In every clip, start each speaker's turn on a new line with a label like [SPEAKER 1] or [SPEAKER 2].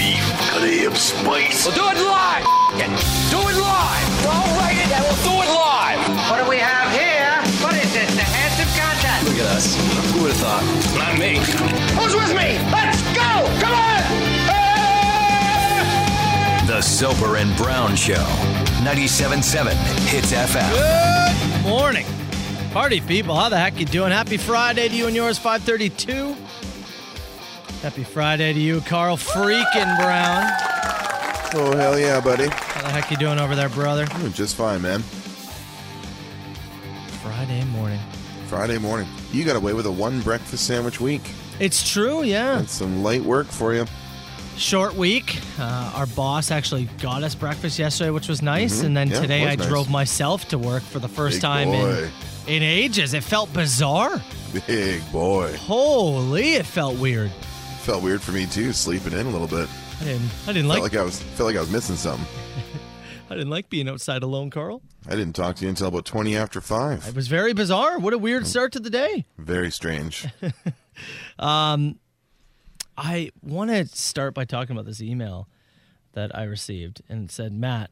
[SPEAKER 1] gravity of space.
[SPEAKER 2] We'll do it live. F- it. Do it live. Don't write it, and we'll do it live.
[SPEAKER 3] What do we have here? What is this? The hands of content.
[SPEAKER 4] Look at us. Who would have thought?
[SPEAKER 2] Not me.
[SPEAKER 3] Who's with me? Let's go! Come on!
[SPEAKER 5] The Soper and Brown Show, 97.7 Hits FM.
[SPEAKER 6] Good morning, party people. How the heck you doing? Happy Friday to you and yours. 5:32. Happy Friday to you, Carl freaking Brown.
[SPEAKER 7] Oh hell yeah, buddy!
[SPEAKER 6] How the heck you doing over there, brother?
[SPEAKER 7] Doing just fine, man.
[SPEAKER 6] Friday morning.
[SPEAKER 7] Friday morning, you got away with a one breakfast sandwich week.
[SPEAKER 6] It's true, yeah.
[SPEAKER 7] That's some light work for you.
[SPEAKER 6] Short week. Uh, our boss actually got us breakfast yesterday, which was nice. And then
[SPEAKER 7] Mm-hmm. Yeah, it
[SPEAKER 6] today
[SPEAKER 7] was
[SPEAKER 6] I
[SPEAKER 7] nice.
[SPEAKER 6] drove myself to work for the first
[SPEAKER 7] Big
[SPEAKER 6] time in,
[SPEAKER 7] boy.
[SPEAKER 6] in ages. It felt bizarre.
[SPEAKER 7] Big boy.
[SPEAKER 6] Holy, it felt weird.
[SPEAKER 7] Felt weird for me too, sleeping in a little bit.
[SPEAKER 6] I didn't, I didn't like,
[SPEAKER 7] felt like I was felt like I was missing something.
[SPEAKER 6] I didn't like being outside alone, Carl.
[SPEAKER 7] I didn't talk to you until about twenty after
[SPEAKER 6] It
[SPEAKER 7] five.
[SPEAKER 6] was very bizarre. What a
[SPEAKER 7] Hmm.
[SPEAKER 6] weird start to the day.
[SPEAKER 7] Very strange.
[SPEAKER 6] I want to start by talking about this email that I received and it said, Matt,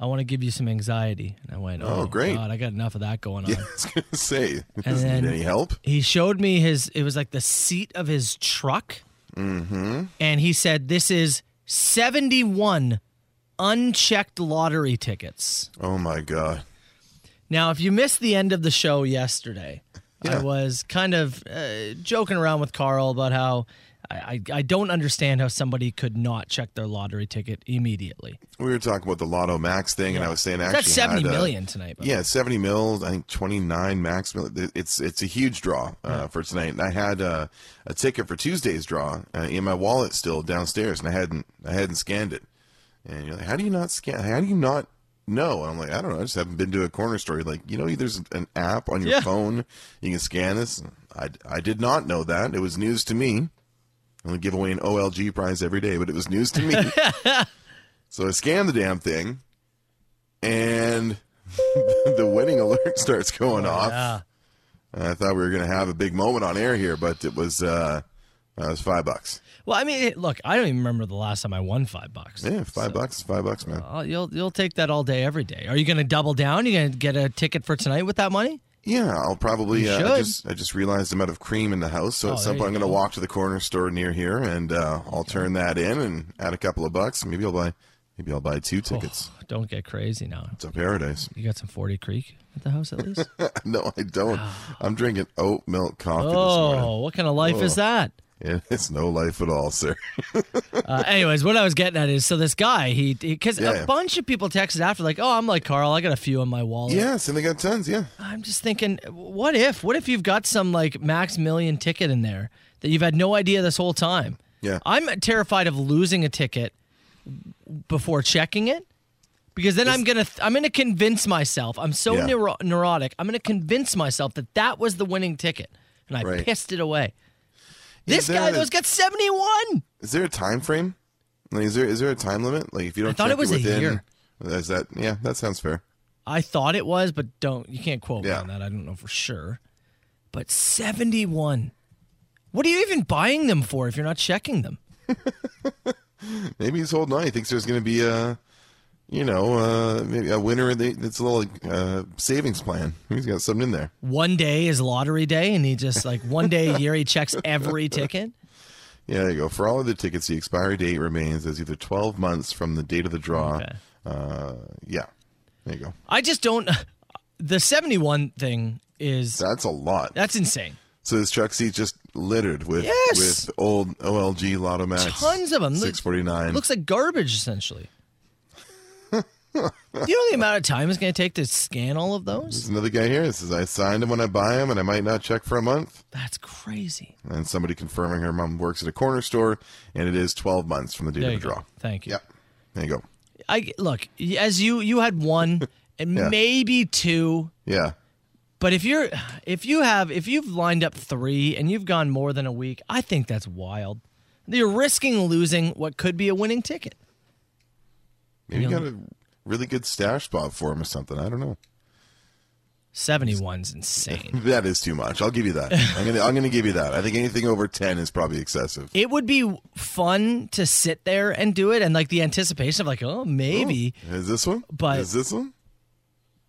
[SPEAKER 6] I want to give you some anxiety. And I went, Oh,
[SPEAKER 7] Oh, great.
[SPEAKER 6] God, I got enough of that going on.
[SPEAKER 7] Yeah, I was gonna say,
[SPEAKER 6] And
[SPEAKER 7] does not
[SPEAKER 6] then-
[SPEAKER 7] need any help?
[SPEAKER 6] He showed me his, it was like the seat of his truck. Mm-hmm. And he said, This is 71 unchecked lottery tickets.
[SPEAKER 7] Oh my god.
[SPEAKER 6] Now, if you missed the end of the show yesterday, I
[SPEAKER 7] Yeah.
[SPEAKER 6] was kind of uh, joking around with Carl about how I, I, I don't understand how somebody could not check their lottery ticket immediately.
[SPEAKER 7] We were talking about the Lotto Max thing, and I was saying actually
[SPEAKER 6] That's seventy
[SPEAKER 7] had,
[SPEAKER 6] million
[SPEAKER 7] uh,
[SPEAKER 6] tonight. By the way.
[SPEAKER 7] Yeah, seventy mils. I think twenty nine max. mil. It's it's a huge draw uh, for tonight. And I had uh, a ticket for Tuesday's draw uh, in my wallet still downstairs, and I hadn't I hadn't scanned it. And you're like, how do you not scan? How do you not know? And I'm like, I don't know. I just haven't been to a corner store. You're Like, you know, there's an app on your
[SPEAKER 6] Yeah.
[SPEAKER 7] phone. You can scan this. I I did not know that. It was news to me. I only give away an OLG prize every day, but it was news to me. so I scanned the damn thing, and the winning alert starts going off.
[SPEAKER 6] Oh, yeah.
[SPEAKER 7] And I thought we were going to have a big moment on air here, but it was uh, uh, it was five bucks.
[SPEAKER 6] Well, I mean, it- look, I don't even remember the last time I won five bucks.
[SPEAKER 7] Yeah, five bucks, five bucks, man.
[SPEAKER 6] Oh, you'll you'll take that all day, every day. Are you going to double down? You going to get a ticket for tonight with that money?
[SPEAKER 7] Yeah, I'll probably.
[SPEAKER 6] You
[SPEAKER 7] Uh,
[SPEAKER 6] should.
[SPEAKER 7] I just I just realized I'm out of cream in the house, so
[SPEAKER 6] Oh,
[SPEAKER 7] at
[SPEAKER 6] there
[SPEAKER 7] some
[SPEAKER 6] you
[SPEAKER 7] point I'm going to
[SPEAKER 6] go.
[SPEAKER 7] walk to the corner store near here, and uh, I'll turn that in and add a couple of bucks. Maybe I'll buy maybe I'll buy two tickets
[SPEAKER 6] Don't get crazy now.
[SPEAKER 7] to paradise.
[SPEAKER 6] You got some Forty Creek at the house at least.
[SPEAKER 7] no, I don't. I'm drinking oat milk coffee this morning.
[SPEAKER 6] oh, what kind of life is that?
[SPEAKER 7] And it's no life at all, sir.
[SPEAKER 6] Uh, anyways, what I was getting at is so this guy, he because a
[SPEAKER 7] Yeah.
[SPEAKER 6] bunch of people texted after like, "Oh, I'm like Carl, I got a few in my wallet."
[SPEAKER 7] yes, and they got tons. Yeah,
[SPEAKER 6] I'm just thinking, what if? What if you've got some like max million ticket in there that you've had no idea this whole time?
[SPEAKER 7] Yeah.
[SPEAKER 6] I'm terrified of losing a ticket before checking it because then I'm going to I'm going to convince myself. I'm so
[SPEAKER 7] Yeah.
[SPEAKER 6] neuro- neurotic. I'm going to convince myself that that was the winning ticket and I
[SPEAKER 7] Right.
[SPEAKER 6] pissed it away.
[SPEAKER 7] Yeah,
[SPEAKER 6] This
[SPEAKER 7] there
[SPEAKER 6] guy
[SPEAKER 7] it
[SPEAKER 6] thoug's
[SPEAKER 7] is.
[SPEAKER 6] got 71.
[SPEAKER 7] Is there a time frame? Like, is there is there a time limit? Like, if you don't,
[SPEAKER 6] thought
[SPEAKER 7] check
[SPEAKER 6] it was a
[SPEAKER 7] within,
[SPEAKER 6] year.
[SPEAKER 7] Is that yeah? That sounds fair.
[SPEAKER 6] I thought it was, but don't you can't quote me
[SPEAKER 7] Yeah.
[SPEAKER 6] on that. I don't know for sure. But 71. What are you even buying them for if you're not checking them?
[SPEAKER 7] Maybe he's holding on. He thinks there's going to be a, you know, uh, maybe a winner. in the- It's a little uh, savings plan. He's got something in there.
[SPEAKER 6] One day is lottery day and he just like one day a year he checks every ticket.
[SPEAKER 7] Yeah, there you go. For all of the tickets, the expiry date remains as either 12 months from the date of the draw.
[SPEAKER 6] Okay.
[SPEAKER 7] Uh, yeah, there you go.
[SPEAKER 6] I just don't the 71 thing is
[SPEAKER 7] That's a lot.
[SPEAKER 6] that's insane.
[SPEAKER 7] So his truck seat's just littered with
[SPEAKER 6] Yes!
[SPEAKER 7] with old OLG Lotto Max.
[SPEAKER 6] Tons of them. Look-
[SPEAKER 7] 649.
[SPEAKER 6] Looks like garbage essentially. Do you know the amount of time it's going to take to scan all of those?
[SPEAKER 7] There's another guy here that says, I signed him when I buy him and I might not check for a month.
[SPEAKER 6] That's crazy.
[SPEAKER 7] And somebody confirming her mom works at a corner store and it is 12 months from the date
[SPEAKER 6] There
[SPEAKER 7] of
[SPEAKER 6] you
[SPEAKER 7] the draw.
[SPEAKER 6] go. Thank you.
[SPEAKER 7] Yep. There you go.
[SPEAKER 6] I look as you you had one and
[SPEAKER 7] Yeah.
[SPEAKER 6] maybe two,
[SPEAKER 7] Yeah.
[SPEAKER 6] but if you're if you have if you've lined up three and you've gone more than a week, I think that's wild. You're risking losing what could be a winning ticket.
[SPEAKER 7] Maybe you got a really good stash spot for him or something. I don't know.
[SPEAKER 6] 71's insane.
[SPEAKER 7] That is too much. I'll give you that. I'm gonna I'm gonna give you that. I think anything over ten is probably excessive.
[SPEAKER 6] It would be fun to sit there and do it, and like the anticipation of like, oh, maybe
[SPEAKER 7] Is this one?
[SPEAKER 6] But-
[SPEAKER 7] is this one?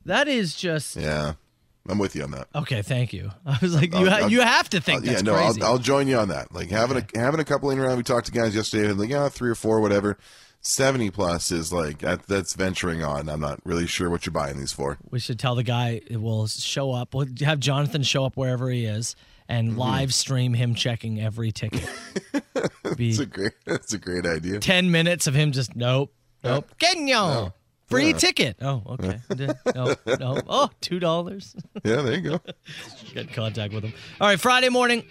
[SPEAKER 6] that is just
[SPEAKER 7] Yeah, I'm with you on that.
[SPEAKER 6] okay. Thank you. I was like, you
[SPEAKER 7] I'll-
[SPEAKER 6] ha-
[SPEAKER 7] I'll-
[SPEAKER 6] you have to think
[SPEAKER 7] Uh, yeah,
[SPEAKER 6] that's
[SPEAKER 7] no,
[SPEAKER 6] crazy.
[SPEAKER 7] I'll, I'll join you on that. Like having a having a couple in around. We talked to guys yesterday, and like yeah, three or four, whatever. Seventy plus is like that, that's venturing on. I'm not really sure what you're buying these for.
[SPEAKER 6] we should tell the guy it will show up. We'll have Jonathan show up wherever he is and live stream him checking every ticket. Be
[SPEAKER 7] It's a great that's a great idea.
[SPEAKER 6] ten minutes of him just nope, nope, getting y'all free ticket. Oh, okay. no, no. Oh, two dollars.
[SPEAKER 7] Yeah, there you go.
[SPEAKER 6] Get in contact with him. All right, Friday morning.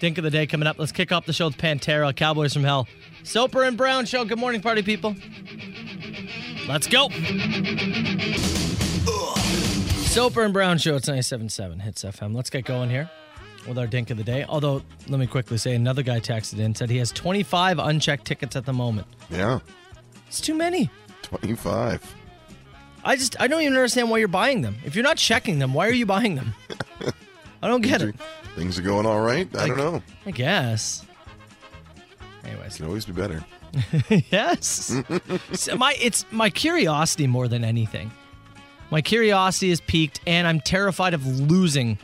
[SPEAKER 6] Dink of the day coming up. Let's kick off the show with Pantera, Cowboys from Hell. Soper and Brown show. Good morning, party people. Let's go. Soper and Brown show. It's 97.7 Hits FM. Let's get going here with our Dink of the day. Although, let me quickly say, another guy texted in said he has 25 unchecked tickets at the moment.
[SPEAKER 7] Yeah,
[SPEAKER 6] It's too many.
[SPEAKER 7] twenty five.
[SPEAKER 6] I just I don't even understand why you're buying them. If you're not checking them, why are you buying them? I don't get it.
[SPEAKER 7] Things are going all right. I don't know.
[SPEAKER 6] I guess. Anyways,
[SPEAKER 7] Can always be better.
[SPEAKER 6] yes. so my it's my curiosity more than anything. My curiosity is piqued, and I'm terrified of losing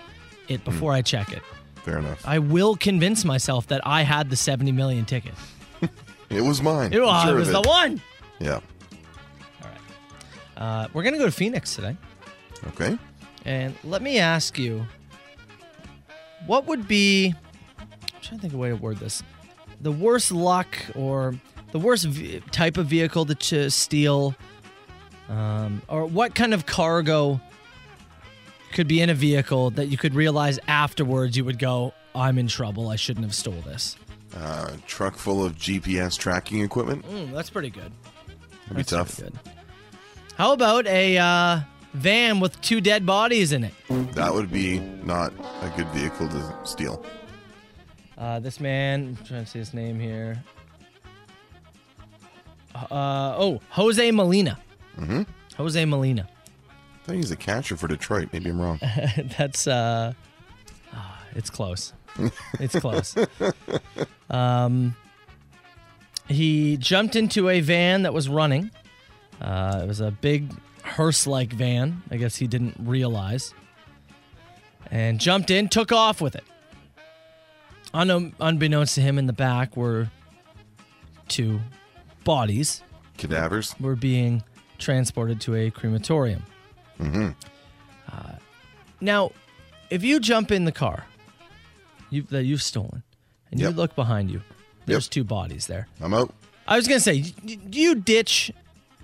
[SPEAKER 6] it before I check it.
[SPEAKER 7] Fair enough.
[SPEAKER 6] I will convince myself that I had the 70 million ticket.
[SPEAKER 7] It was mine.
[SPEAKER 6] It,
[SPEAKER 7] I'm
[SPEAKER 6] oh,
[SPEAKER 7] sure
[SPEAKER 6] it
[SPEAKER 7] of
[SPEAKER 6] was the one.
[SPEAKER 7] Yeah.
[SPEAKER 6] Uh, we're gonna go to Phoenix today,
[SPEAKER 7] Okay.
[SPEAKER 6] and let me ask you, what would be? I'm trying to think of a way to word this. The worst luck or the worst v- type of vehicle to ch- steal, um, or what kind of cargo could be in a vehicle that you could realize afterwards you would go, I'm in trouble. I shouldn't have stole this.
[SPEAKER 7] Uh, truck full of GPS tracking equipment.
[SPEAKER 6] Mm, that's pretty good.
[SPEAKER 7] That'd be
[SPEAKER 6] That's
[SPEAKER 7] tough.
[SPEAKER 6] pretty good. How about a uh, van with two dead bodies in it?
[SPEAKER 7] That would be not a good vehicle to steal.
[SPEAKER 6] Uh, this man, I'm trying to see his name here. Uh, oh, Jose Molina. Mm-hmm. Jose Molina.
[SPEAKER 7] I thought he's a catcher for Detroit. Maybe I'm wrong.
[SPEAKER 6] That's uh, ah, it's close. It's close. um, he jumped into a van that was running. Uh, it was a big hearse-like van. I guess he didn't realize, and jumped in, took off with it. Un- unbeknownst to him, in the back were two bodies
[SPEAKER 7] Cadavers.
[SPEAKER 6] were being transported to a crematorium. Mm-hmm. Uh, now, if you jump in the car you've, that you've stolen and you
[SPEAKER 7] Yep.
[SPEAKER 6] look behind you, there's
[SPEAKER 7] Yep.
[SPEAKER 6] two bodies there.
[SPEAKER 7] I'm out.
[SPEAKER 6] I was going to say, y- y- you ditch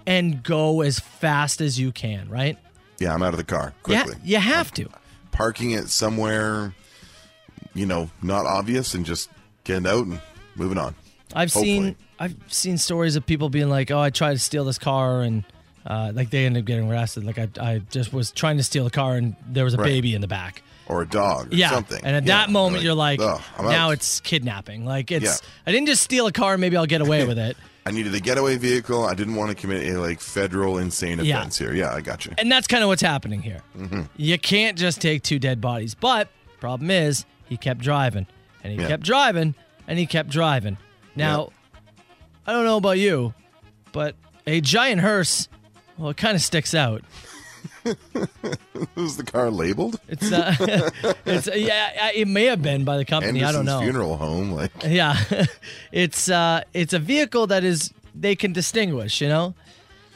[SPEAKER 6] and go as fast as you can, right?
[SPEAKER 7] Yeah, I'm out of the car
[SPEAKER 6] Yeah,
[SPEAKER 7] quickly.
[SPEAKER 6] you have to.
[SPEAKER 7] Parking it somewhere, you know, not obvious, and just getting out and moving on.
[SPEAKER 6] I've seen
[SPEAKER 7] Hopefully.
[SPEAKER 6] I've seen stories of people being like, "Oh, I tried to steal this car," and uh, like they end up getting arrested. Like I, I just was trying to steal a car, and there was a
[SPEAKER 7] Right.
[SPEAKER 6] baby in the back.
[SPEAKER 7] Or a dog. Or
[SPEAKER 6] yeah.
[SPEAKER 7] Something.
[SPEAKER 6] And at
[SPEAKER 7] Yeah.
[SPEAKER 6] that moment, you're like,
[SPEAKER 7] "Ugh, I'm
[SPEAKER 6] now
[SPEAKER 7] out."
[SPEAKER 6] it's kidnapping. Like it's, I didn't just steal a car. Maybe I'll get away with it.
[SPEAKER 7] I needed a getaway vehicle. I didn't want to commit a like federal insane
[SPEAKER 6] Yeah.
[SPEAKER 7] offense here. Yeah, I got you.
[SPEAKER 6] And that's kind of what's happening here.
[SPEAKER 7] Mm-hmm.
[SPEAKER 6] You can't just take two dead bodies. But problem is, he kept driving and he
[SPEAKER 7] Yeah.
[SPEAKER 6] kept driving and he kept driving. Now, I don't know about you, but a giant hearse, well, it kind of sticks out.
[SPEAKER 7] Was the car labeled?
[SPEAKER 6] It's, uh, it's yeah, it may have been by the company.
[SPEAKER 7] Anderson's
[SPEAKER 6] I don't know.
[SPEAKER 7] funeral home. Like,
[SPEAKER 6] Yeah, it's uh, it's a vehicle that is they can distinguish, you know,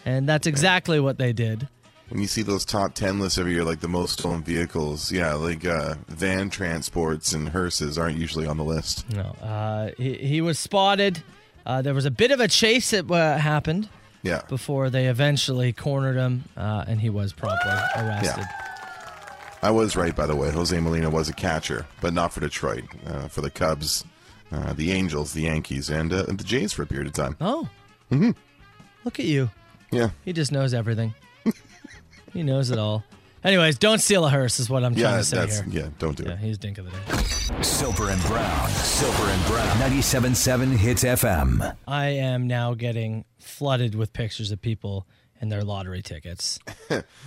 [SPEAKER 6] and that's exactly what they did.
[SPEAKER 7] When you see those top 10 lists every year, like the most stolen vehicles, yeah, like uh, van transports and hearses aren't usually on the list.
[SPEAKER 6] No, uh, he he was spotted. Uh, there was a bit of a chase that uh, happened
[SPEAKER 7] Yeah.
[SPEAKER 6] before they eventually cornered him, uh, and he was promptly arrested.
[SPEAKER 7] I was right, by the way. Jose Molina was a catcher, but not for Detroit, uh, for the Cubs, uh, the Angels, the Yankees, and uh, the Jays for a period of time.
[SPEAKER 6] Oh,
[SPEAKER 7] Mm-hmm.
[SPEAKER 6] look at you!
[SPEAKER 7] Yeah.
[SPEAKER 6] He just knows everything. he knows it all. Anyways, don't steal a hearse is what I'm trying
[SPEAKER 7] Yeah,
[SPEAKER 6] to say
[SPEAKER 7] that's,
[SPEAKER 6] here.
[SPEAKER 7] yeah, don't do
[SPEAKER 6] Yeah,
[SPEAKER 7] it.
[SPEAKER 6] he's dink of the day.
[SPEAKER 5] Soper and Brown. Soper and Brown. 97.7 Hits FM.
[SPEAKER 6] I am now getting flooded with pictures of people and their lottery tickets.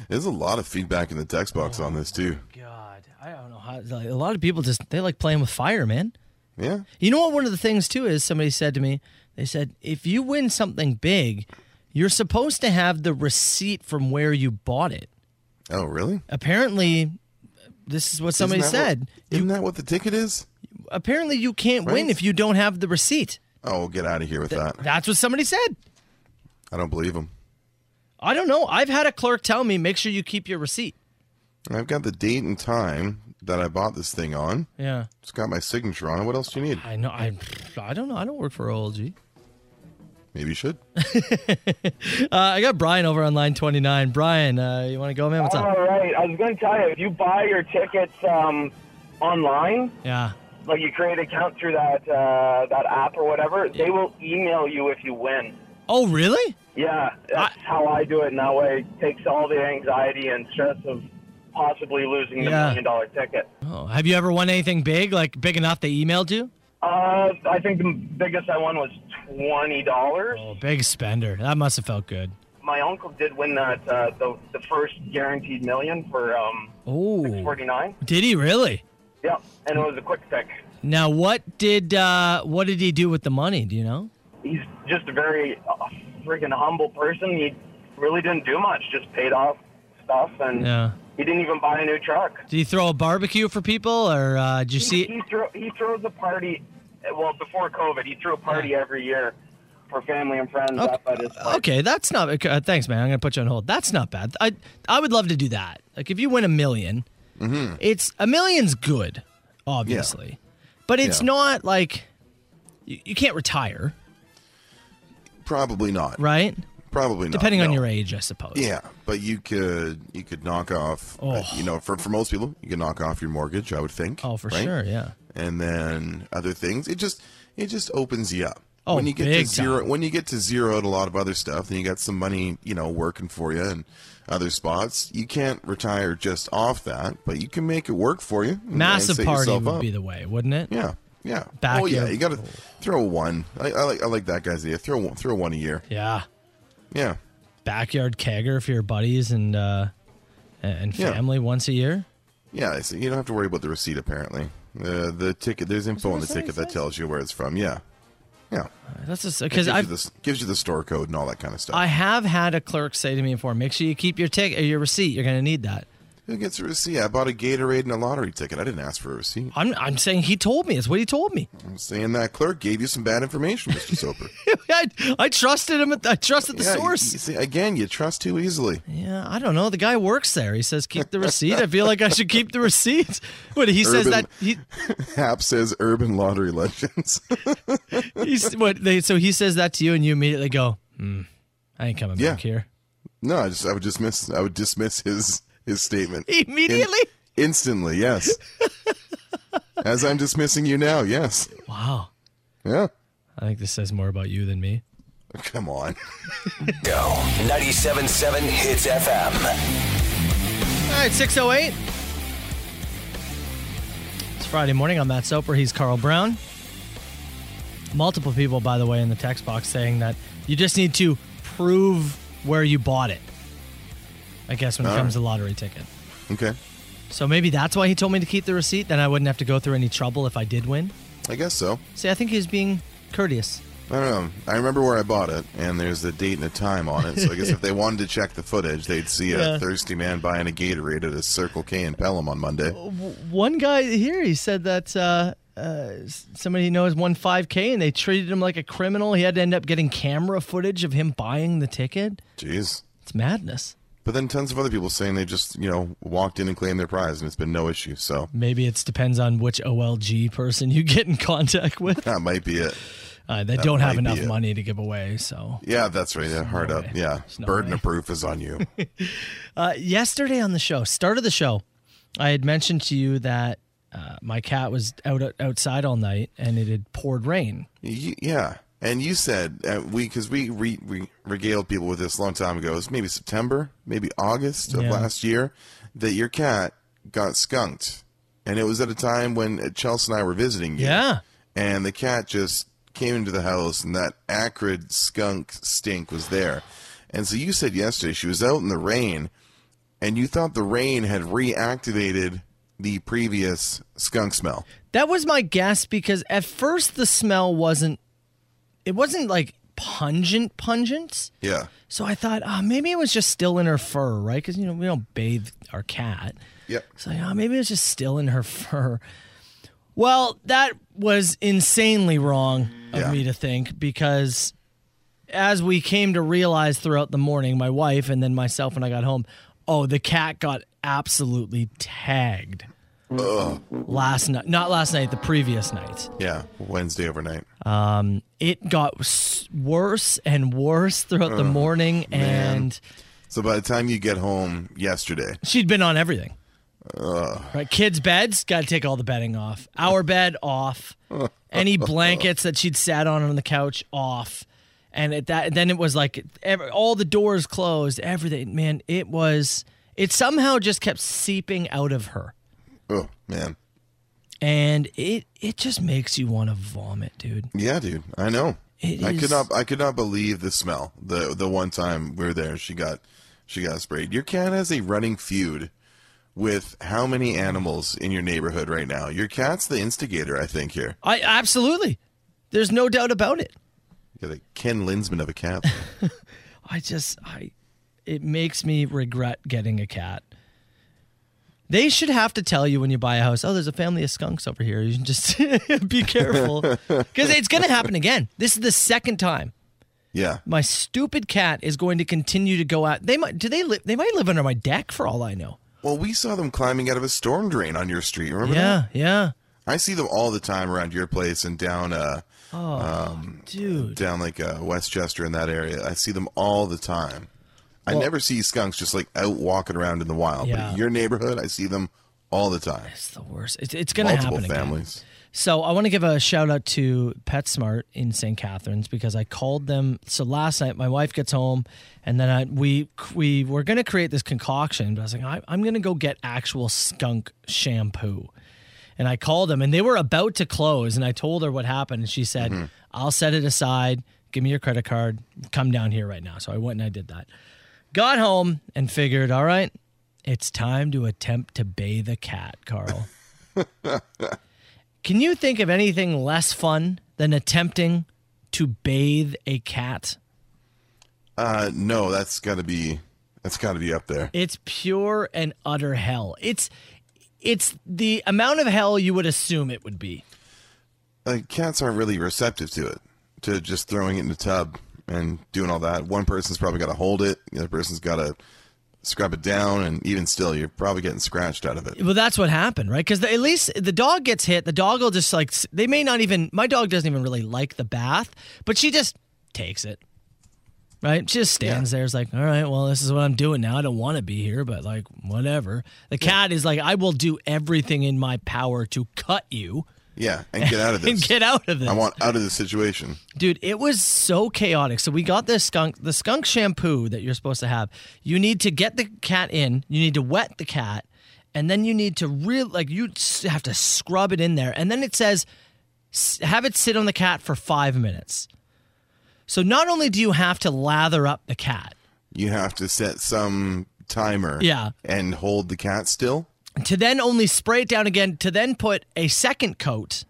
[SPEAKER 7] There's a lot of feedback in the text box on this too.
[SPEAKER 6] God, I don't know how. Like, a lot of people just they like playing with fire, man.
[SPEAKER 7] Yeah.
[SPEAKER 6] You know what? One of the things too is somebody said to me. They said if you win something big, you're supposed to have the receipt from where you bought it.
[SPEAKER 7] Oh, really?
[SPEAKER 6] Apparently, this is what somebody
[SPEAKER 7] Isn't that
[SPEAKER 6] said.
[SPEAKER 7] What, isn't that what the ticket is?
[SPEAKER 6] Apparently, you can't win
[SPEAKER 7] Right.
[SPEAKER 6] if you don't have the receipt.
[SPEAKER 7] Oh, get out of here with that.
[SPEAKER 6] That's what somebody said.
[SPEAKER 7] I don't believe him.
[SPEAKER 6] I don't know. I've had a clerk tell me make sure you keep your receipt.
[SPEAKER 7] I've got the date and time that I bought this thing on.
[SPEAKER 6] Yeah.
[SPEAKER 7] It's got my signature on it. What else do you need?
[SPEAKER 6] I know. I I don't know. I don't work for OLG.
[SPEAKER 7] Maybe you should.
[SPEAKER 6] Uh, I got Brian over on line 29. Brian, uh, you want to go, man? What's up?
[SPEAKER 1] All right. I was going to tell you, if you buy your tickets um, online,
[SPEAKER 6] Yeah.
[SPEAKER 1] like you create an account through that uh, that app or whatever, they will email you if you win.
[SPEAKER 6] Oh, really?
[SPEAKER 1] Yeah, that's how I do it, and that way it takes all the anxiety and stress of possibly losing the
[SPEAKER 6] Yeah.
[SPEAKER 1] million dollar ticket.
[SPEAKER 6] Oh, have you ever won anything big, like big enough they emailed you?
[SPEAKER 1] Uh, I think the biggest I won was twenty dollars.
[SPEAKER 6] Oh, big spender. That must have felt good.
[SPEAKER 1] My uncle did win that uh, the the first guaranteed million for um,
[SPEAKER 6] Oh,
[SPEAKER 1] forty nine.
[SPEAKER 6] did he really?
[SPEAKER 1] Yeah, and it was a quick pick.
[SPEAKER 6] Now, what did uh, what did he do with the money? Do you know?
[SPEAKER 1] he's just a very uh, freaking humble person. He really didn't do much; just paid off stuff, and
[SPEAKER 6] Yeah.
[SPEAKER 1] he didn't even buy a new truck.
[SPEAKER 6] Did he throw a barbecue for people, or uh, did you
[SPEAKER 1] He,
[SPEAKER 6] see?
[SPEAKER 1] he throw, he throws a party. Well, before COVID, he threw a party every year for family and friends
[SPEAKER 6] Okay.
[SPEAKER 1] up at his place.
[SPEAKER 6] Okay, that's not. okay, Uh, thanks, man. I'm gonna put you on hold. That's not bad. I I would love to do that. Like if you win a 1000000
[SPEAKER 7] Mm-hmm.
[SPEAKER 6] it's a million's good, obviously, but it's
[SPEAKER 7] Yeah.
[SPEAKER 6] not like you, you can't retire,
[SPEAKER 7] Probably not.
[SPEAKER 6] right?
[SPEAKER 7] Probably not.
[SPEAKER 6] Depending on
[SPEAKER 7] no.
[SPEAKER 6] your age, I suppose.
[SPEAKER 7] Yeah, but you could you could knock off. uh,
[SPEAKER 6] Oh.
[SPEAKER 7] you know, for for most people, you can knock off your mortgage. I would think.
[SPEAKER 6] Oh, for
[SPEAKER 7] right?
[SPEAKER 6] sure. Yeah.
[SPEAKER 7] and then other things. It just it just opens you up.
[SPEAKER 6] Oh,
[SPEAKER 7] when you get
[SPEAKER 6] big
[SPEAKER 7] to zero,
[SPEAKER 6] time.
[SPEAKER 7] when you get to zero at a lot of other stuff, then you got some money, you know, working for you and other spots. You can't retire just off that, but you can make it work for you. and- and
[SPEAKER 6] Massive
[SPEAKER 7] set
[SPEAKER 6] party
[SPEAKER 7] yourself
[SPEAKER 6] would
[SPEAKER 7] up.
[SPEAKER 6] be the way, wouldn't it?
[SPEAKER 7] yeah, yeah.
[SPEAKER 6] Back
[SPEAKER 7] oh yeah,
[SPEAKER 6] your-
[SPEAKER 7] you got to throw one. I, I like I like that guy's idea. Throw one, throw one a year.
[SPEAKER 6] Yeah.
[SPEAKER 7] Yeah,
[SPEAKER 6] Backyard kegger for your buddies and uh, and
[SPEAKER 7] Yeah.
[SPEAKER 6] family once a year.
[SPEAKER 7] yeah. So you don't have to worry about the receipt apparently. Uh, the ticket, there's info on the ticket that tells you where it's from. Yeah, yeah.
[SPEAKER 6] That's just because
[SPEAKER 7] Gives you,
[SPEAKER 6] I've
[SPEAKER 7] the, gives you the store code and all that kind of stuff.
[SPEAKER 6] I have had a clerk say to me before, make sure you keep your tick your receipt. You're gonna need that.
[SPEAKER 7] Who gets a receipt? I bought a Gatorade and a lottery ticket. I didn't ask for a receipt.
[SPEAKER 6] I'm I'm saying he told me. It's what he told me.
[SPEAKER 7] I'm saying that clerk gave you some bad information, Mr. Soper.
[SPEAKER 6] I, I trusted him. At the, I trusted the
[SPEAKER 7] Yeah, you-
[SPEAKER 6] source.
[SPEAKER 7] you see, again, you trust too easily.
[SPEAKER 6] yeah, I don't know. The guy works there. He says keep the receipt. I feel like I should keep the receipt. But he says
[SPEAKER 7] Urban-
[SPEAKER 6] that he
[SPEAKER 7] Hap says urban lottery legends.
[SPEAKER 6] he's what they so he says that to you and you immediately go, hmm, I ain't coming
[SPEAKER 7] Yeah.
[SPEAKER 6] back here.
[SPEAKER 7] no, I just I would dismiss I would dismiss his his statement. In-
[SPEAKER 6] Immediately.
[SPEAKER 7] instantly, yes. As I'm dismissing you now, yes.
[SPEAKER 6] wow.
[SPEAKER 7] Yeah.
[SPEAKER 6] I think this says more about you than me.
[SPEAKER 7] Come on.
[SPEAKER 5] Go. 97.7 Hits FM.
[SPEAKER 6] All right, 608. It's Friday morning. I'm Matt Soper. He's Carl Brown. Multiple people, by the way, in the text box saying that you just need to prove where you bought it. I guess when it comes to lottery ticket.
[SPEAKER 7] Okay.
[SPEAKER 6] So maybe that's why he told me to keep the receipt. Then I wouldn't have to go through any trouble if I did win.
[SPEAKER 7] I guess so.
[SPEAKER 6] See, I think he's being courteous.
[SPEAKER 7] I don't know. I remember where I bought it, and there's a date and a time on it. So I guess if they wanted to check the footage, they'd see a
[SPEAKER 6] Yeah.
[SPEAKER 7] thirsty man buying a Gatorade at a Circle K in Pelham on Monday.
[SPEAKER 6] Oh. One guy here, he said that uh, uh, s- somebody he knows won 5K and they treated him like a criminal. He had to end up getting camera footage of him buying the ticket.
[SPEAKER 7] Jeez.
[SPEAKER 6] It's madness.
[SPEAKER 7] But then tons of other people saying they just, you know, walked in and claimed their prize, and it's been no issue. So
[SPEAKER 6] Maybe it depends on which OLG person you get in contact with.
[SPEAKER 7] that might be it.
[SPEAKER 6] Uh, they don't have
[SPEAKER 7] might be
[SPEAKER 6] enough
[SPEAKER 7] it.
[SPEAKER 6] money to give away. So
[SPEAKER 7] Yeah, that's right. Yeah, hard up.
[SPEAKER 6] way.
[SPEAKER 7] Yeah,
[SPEAKER 6] no
[SPEAKER 7] burden
[SPEAKER 6] way.
[SPEAKER 7] of proof is on you.
[SPEAKER 6] uh, yesterday on the show, start of the show, I had mentioned to you that uh, my cat was out outside all night and it had poured rain.
[SPEAKER 7] Y- yeah, and you said uh, we because we re- we regaled people with this a long time ago. It was maybe September, maybe August of
[SPEAKER 6] Yeah.
[SPEAKER 7] last year that your cat got skunked, and it was at a time when uh, Chelsea and I were visiting you.
[SPEAKER 6] Yeah.
[SPEAKER 7] and the cat just came into the house, and that acrid skunk stink was there. And so you said yesterday she was out in the rain, and you thought the rain had reactivated the previous skunk smell.
[SPEAKER 6] That was my guess because at first the smell wasn't it wasn't like pungent pungent.
[SPEAKER 7] Yeah.
[SPEAKER 6] So I thought, oh, maybe it was just still in her fur, right? Because you know we don't bathe our cat.
[SPEAKER 7] Yep.
[SPEAKER 6] So oh, maybe it was just still in her fur. Well, that was insanely wrong of
[SPEAKER 7] Yeah.
[SPEAKER 6] me to think because as we came to realize throughout the morning, my wife and then myself when I got home, oh, the cat got absolutely tagged. Last night, not last night, the previous night.
[SPEAKER 7] Yeah. Wednesday overnight.
[SPEAKER 6] It got s- worse and worse throughout the morning, and
[SPEAKER 7] So by the time you get home yesterday,
[SPEAKER 6] she'd been on everything. Right, kids' beds, got to take all the bedding off. Our bed off. Any blankets that she'd sat on on the couch off. And at that, then it was like every, all the doors closed. Everything, man. It was. It somehow just kept seeping out of her,
[SPEAKER 7] oh man.
[SPEAKER 6] and it it just makes you want to vomit, dude.
[SPEAKER 7] Yeah, dude. I know.
[SPEAKER 6] It
[SPEAKER 7] I
[SPEAKER 6] is-
[SPEAKER 7] could not I could not believe the smell. The the one time we were there, she got she got sprayed. Your cat has a running feud with how many animals in your neighborhood right now? Your cat's the instigator, I think, here.
[SPEAKER 6] I absolutely. There's no doubt about it.
[SPEAKER 7] You got a Ken Linsman of a cat.
[SPEAKER 6] I just I it makes me regret getting a cat. They should have to tell you when you buy a house, oh, there's a family of skunks over here. You should just be careful. Because it's going to happen again. This is the second time.
[SPEAKER 7] yeah.
[SPEAKER 6] My stupid cat is going to continue to go out. They might, do they live, they might live under my deck for all I know.
[SPEAKER 7] Well, we saw them climbing out of a storm drain on your street. Remember that?
[SPEAKER 6] Yeah, yeah.
[SPEAKER 7] I see them all the time around your place and down uh
[SPEAKER 6] Dude.
[SPEAKER 7] down like uh, Westchester in that area. I see them all the time. I never see skunks just like out walking around in the wild,
[SPEAKER 6] Yeah.
[SPEAKER 7] but your neighborhood, I see them all the time.
[SPEAKER 6] It's the worst. It's, it's going to
[SPEAKER 7] Multiple
[SPEAKER 6] happen again.
[SPEAKER 7] families.
[SPEAKER 6] So I want to give a shout out to PetSmart in St. Catharines because I called them. So last night my wife gets home, and then I, we we were gonna create this concoction, but I was like, I, I'm gonna go get actual skunk shampoo, and I called them, and they were about to close, and I told her what happened, and she said, I'll set it aside. Give me your credit card. Come down here right now. So I went and I did that. Got home and figured, all right, it's time to attempt to bathe a cat, Carl. Can you think of anything less fun than attempting to bathe a cat?
[SPEAKER 7] Uh, no, that's got to be that's got to be up there.
[SPEAKER 6] It's pure and utter hell. It's it's the amount of hell you would assume it would be.
[SPEAKER 7] Like cats aren't really receptive to it, to just throwing it in the tub and doing all that. One person's probably got to hold it, the other person's got to scrub it down, and even still, you're probably getting scratched out of it.
[SPEAKER 6] Well, that's what happened, right? Because at least the dog gets hit. The dog will just like s- they may not even. My dog doesn't even really like the bath, but she just takes it. Right? She just stands there. It's like, all right, well, this is what I'm doing now. I don't want to be here, but like, whatever. The cat is like, I will do everything in my power to cut you.
[SPEAKER 7] Yeah, and get out of
[SPEAKER 6] and
[SPEAKER 7] this.
[SPEAKER 6] get out of this.
[SPEAKER 7] I want out of this situation.
[SPEAKER 6] Dude, it was so chaotic. So we got this skunk, the skunk shampoo that you're supposed to have. You need to get the cat in, you need to wet the cat, and then you need to real like you s- have to scrub it in there. And then it says s- have it sit on the cat for 5 minutes. So not only do you have to lather up the cat,
[SPEAKER 7] you have to set some timer
[SPEAKER 6] Yeah.
[SPEAKER 7] and hold the cat still
[SPEAKER 6] to then only spray it down again, to then put a second coat,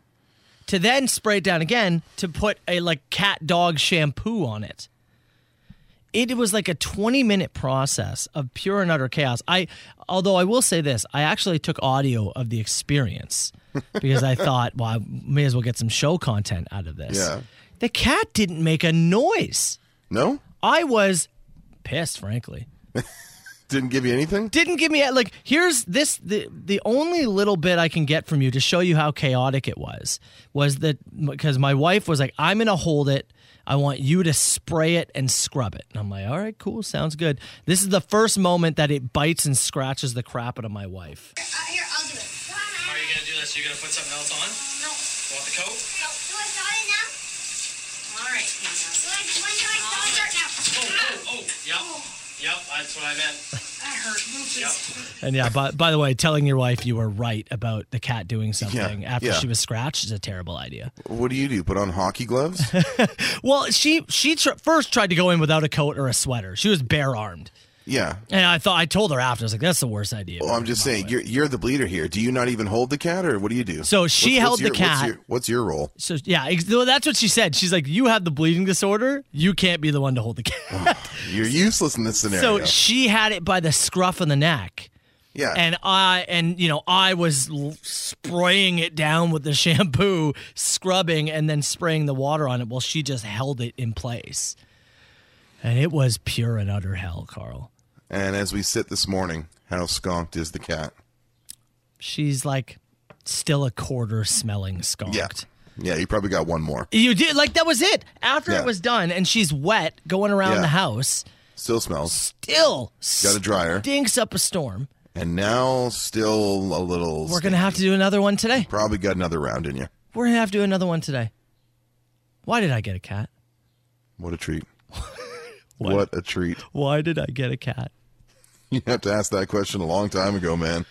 [SPEAKER 6] to then spray it down again, to put a like cat dog shampoo on it. It was like a 20 minute process of pure and utter chaos. I, although I will say this, I actually took audio of the experience because I thought, well, I may as well get some show content out of this.
[SPEAKER 7] Yeah.
[SPEAKER 6] The cat didn't make a noise.
[SPEAKER 7] no
[SPEAKER 6] I was pissed, frankly
[SPEAKER 7] didn't give you anything
[SPEAKER 6] didn't give me like here's this the the only little bit I can get from you to show you how chaotic it was was that because my wife was like I'm gonna hold it I want you to spray it and scrub it and I'm like all right cool sounds good this is the first moment that it bites and scratches the crap out of my wife
[SPEAKER 4] Uh, here, I'll do it. Are you gonna do this? You're gonna put something else on? No. Want the coat? No. Do I start it now? All right. Hang on. Do I, when do I start it now?
[SPEAKER 8] Oh, oh, oh, yep, yep, that's what I meant.
[SPEAKER 4] Uh,
[SPEAKER 6] And yeah, by, by the way, telling your wife you were right about the cat doing something after
[SPEAKER 7] yeah.
[SPEAKER 6] she was scratched is a terrible idea.
[SPEAKER 7] What do you do? Put on hockey gloves?
[SPEAKER 6] Well, she she tr- first tried to go in without a coat or a sweater. She was bare armed,
[SPEAKER 7] yeah.
[SPEAKER 6] and I thought I told her after I was like, "That's the worst idea."
[SPEAKER 7] Well, I'm just saying, you're you're the bleeder here. Do you not even hold the cat, or what do you do?
[SPEAKER 6] So she held the
[SPEAKER 7] your,
[SPEAKER 6] cat.
[SPEAKER 7] What's your, what's your role?
[SPEAKER 6] So yeah, ex- well, that's what she said. She's like, "You have the bleeding disorder. You can't be the one to hold the
[SPEAKER 7] Oh,
[SPEAKER 6] cat."
[SPEAKER 7] You're useless in this scenario.
[SPEAKER 6] so she had it by the scruff of the neck.
[SPEAKER 7] yeah.
[SPEAKER 6] and I and you know I was l- spraying it down with the shampoo, scrubbing, and then spraying the water on it. Well, she just held it in place, and it was pure and utter hell, Carl.
[SPEAKER 7] and as we sit this morning, how skunked is the cat?
[SPEAKER 6] She's like still a quarter smelling skunked.
[SPEAKER 7] Yeah. Yeah, you probably got one more.
[SPEAKER 6] You did like that was it. After
[SPEAKER 7] Yeah.
[SPEAKER 6] it was done, and she's wet going around
[SPEAKER 7] Yeah.
[SPEAKER 6] the house,
[SPEAKER 7] Still smells.
[SPEAKER 6] still
[SPEAKER 7] Got a dryer.
[SPEAKER 6] stinks up a storm.
[SPEAKER 7] And now still a little.
[SPEAKER 6] We're gonna have to do another one today.
[SPEAKER 7] Probably got another round in you.
[SPEAKER 6] We're gonna have to do another one today. Why did I get a cat?
[SPEAKER 7] What a treat.
[SPEAKER 6] What?
[SPEAKER 7] what a treat.
[SPEAKER 6] Why did I get a cat?
[SPEAKER 7] You have to ask that question a long time ago, man.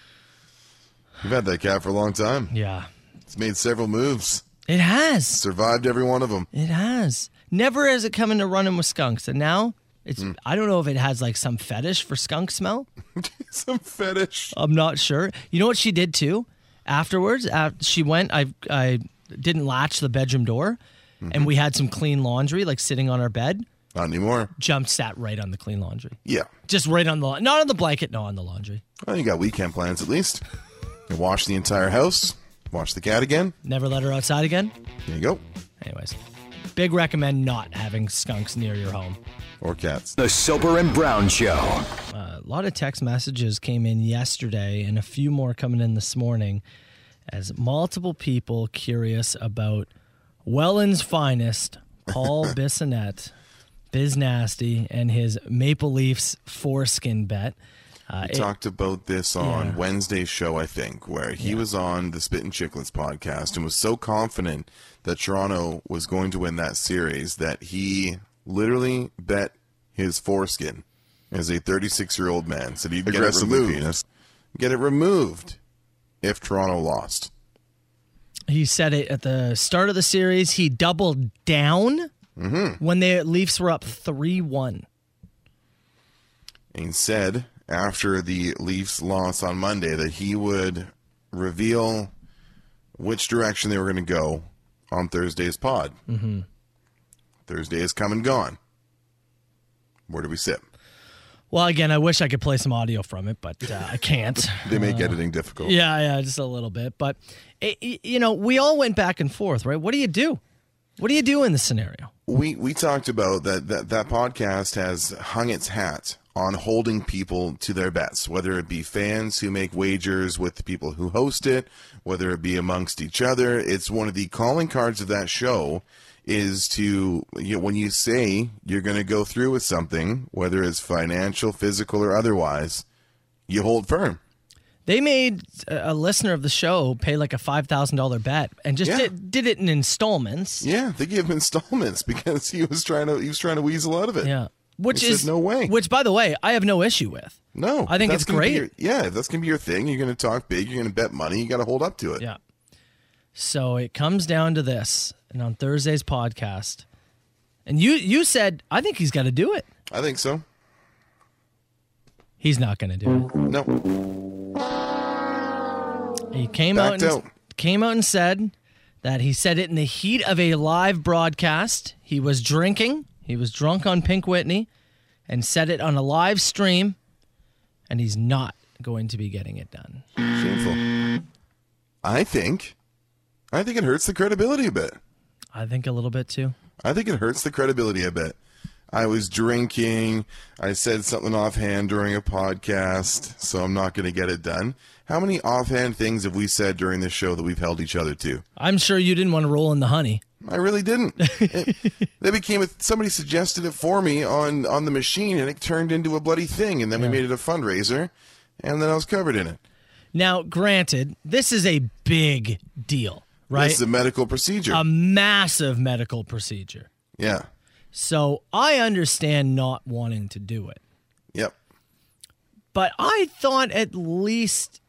[SPEAKER 7] You've had that cat for a long time.
[SPEAKER 6] Yeah.
[SPEAKER 7] It's made several moves,
[SPEAKER 6] It has.
[SPEAKER 7] survived every one of them.
[SPEAKER 6] It has. Never has it come into running with skunks. And now it's, I don't know if it has like some fetish for skunk smell.
[SPEAKER 7] Some fetish.
[SPEAKER 6] I'm not sure. You know what she did too? Afterwards, af she went, I, I didn't latch the bedroom door and we had some clean laundry like sitting on our bed.
[SPEAKER 7] Not anymore.
[SPEAKER 6] Jumped, sat right on the clean laundry.
[SPEAKER 7] Yeah.
[SPEAKER 6] Just right on the, la- not on the blanket, no, on the laundry.
[SPEAKER 7] Well, you got weekend plans at least. You wash the entire house, wash the cat again.
[SPEAKER 6] Never let her outside again.
[SPEAKER 7] There you go.
[SPEAKER 6] Anyways, big recommend not having skunks near your home.
[SPEAKER 7] Or cats.
[SPEAKER 5] The Soper and Brown Show.
[SPEAKER 6] a lot of text messages came in yesterday and a few more coming in this morning as multiple people curious about Welland's finest, Paul Bissonette, Biz Nasty, and his Maple Leafs foreskin bet. Uh, it-
[SPEAKER 7] talked about this on
[SPEAKER 6] Yeah.
[SPEAKER 7] Wednesday's show, I think, where he was on the Spit and Chicklets podcast and was so confident that Toronto was going to win that series that he literally bet his foreskin as a 36 year old man. Said he'd get it
[SPEAKER 8] Aggressively
[SPEAKER 7] removed. Get it removed if Toronto lost.
[SPEAKER 6] he said it at the start of the series. He doubled down when the Leafs were up 3 1.
[SPEAKER 7] and said after the Leafs loss on Monday that he would reveal which direction they were going to go on Thursday's pod. Mm-hmm. Thursday is come and gone. Where do we sit?
[SPEAKER 6] Well, again, I wish I could play some audio from it, but uh, I can't.
[SPEAKER 7] They make editing difficult.
[SPEAKER 6] Yeah, yeah, just a little bit. But it, it- you know, we all went back and forth, right? What do you do? What do you do in this scenario?
[SPEAKER 7] We we talked about that, that that podcast has hung its hat on holding people to their bets, whether it be fans who make wagers with the people who host it, whether it be amongst each other. It's one of the calling cards of that show is to you know, when you say you're going to go through with something, whether it's financial, physical, or otherwise, you hold firm.
[SPEAKER 6] They made a a listener of the show pay like a five thousand dollar bet and just
[SPEAKER 7] Yeah.
[SPEAKER 6] did, did it in installments.
[SPEAKER 7] Yeah, they give him installments because he was trying to he was trying to weasel out of it.
[SPEAKER 6] Yeah. Which
[SPEAKER 7] They said,
[SPEAKER 6] is
[SPEAKER 7] "No way."
[SPEAKER 6] Which, by the way, I have no issue with.
[SPEAKER 7] No,
[SPEAKER 6] I think
[SPEAKER 7] that's
[SPEAKER 6] it's
[SPEAKER 7] gonna be
[SPEAKER 6] great.
[SPEAKER 7] your- yeah, if that's gonna be your thing. You're gonna talk big. You're gonna bet money. You got to hold up to it.
[SPEAKER 6] Yeah. So it comes down to this, and on Thursday's podcast, and you you said I think he's got to do it.
[SPEAKER 7] I think so.
[SPEAKER 6] He's not going to do it.
[SPEAKER 7] No,
[SPEAKER 6] He came out,
[SPEAKER 7] Backed
[SPEAKER 6] and,
[SPEAKER 7] out.
[SPEAKER 6] came out and said that he said it in the heat of a live broadcast. He was drinking. He was drunk on Pink Whitney and said it on a live stream and he's not going to be getting it done.
[SPEAKER 7] shameful. I think, I think it hurts the credibility a bit.
[SPEAKER 6] I think a little bit too.
[SPEAKER 7] I think it hurts the credibility a bit. I was drinking. I said something offhand during a podcast, so I'm not gonna get it done. How many offhand things have we said during this show that we've held each other to?
[SPEAKER 6] I'm sure you didn't want to roll in the honey.
[SPEAKER 7] I really didn't. It, that became a, somebody suggested it for me on on the machine, and it turned into a bloody thing. And then we made it a fundraiser, and then I was covered in it.
[SPEAKER 6] Now, granted, this is a big deal, right? Um,
[SPEAKER 7] This is a medical procedure.
[SPEAKER 6] a massive medical procedure.
[SPEAKER 7] yeah.
[SPEAKER 6] So I understand not wanting to do it.
[SPEAKER 7] Yep.
[SPEAKER 6] But I thought at least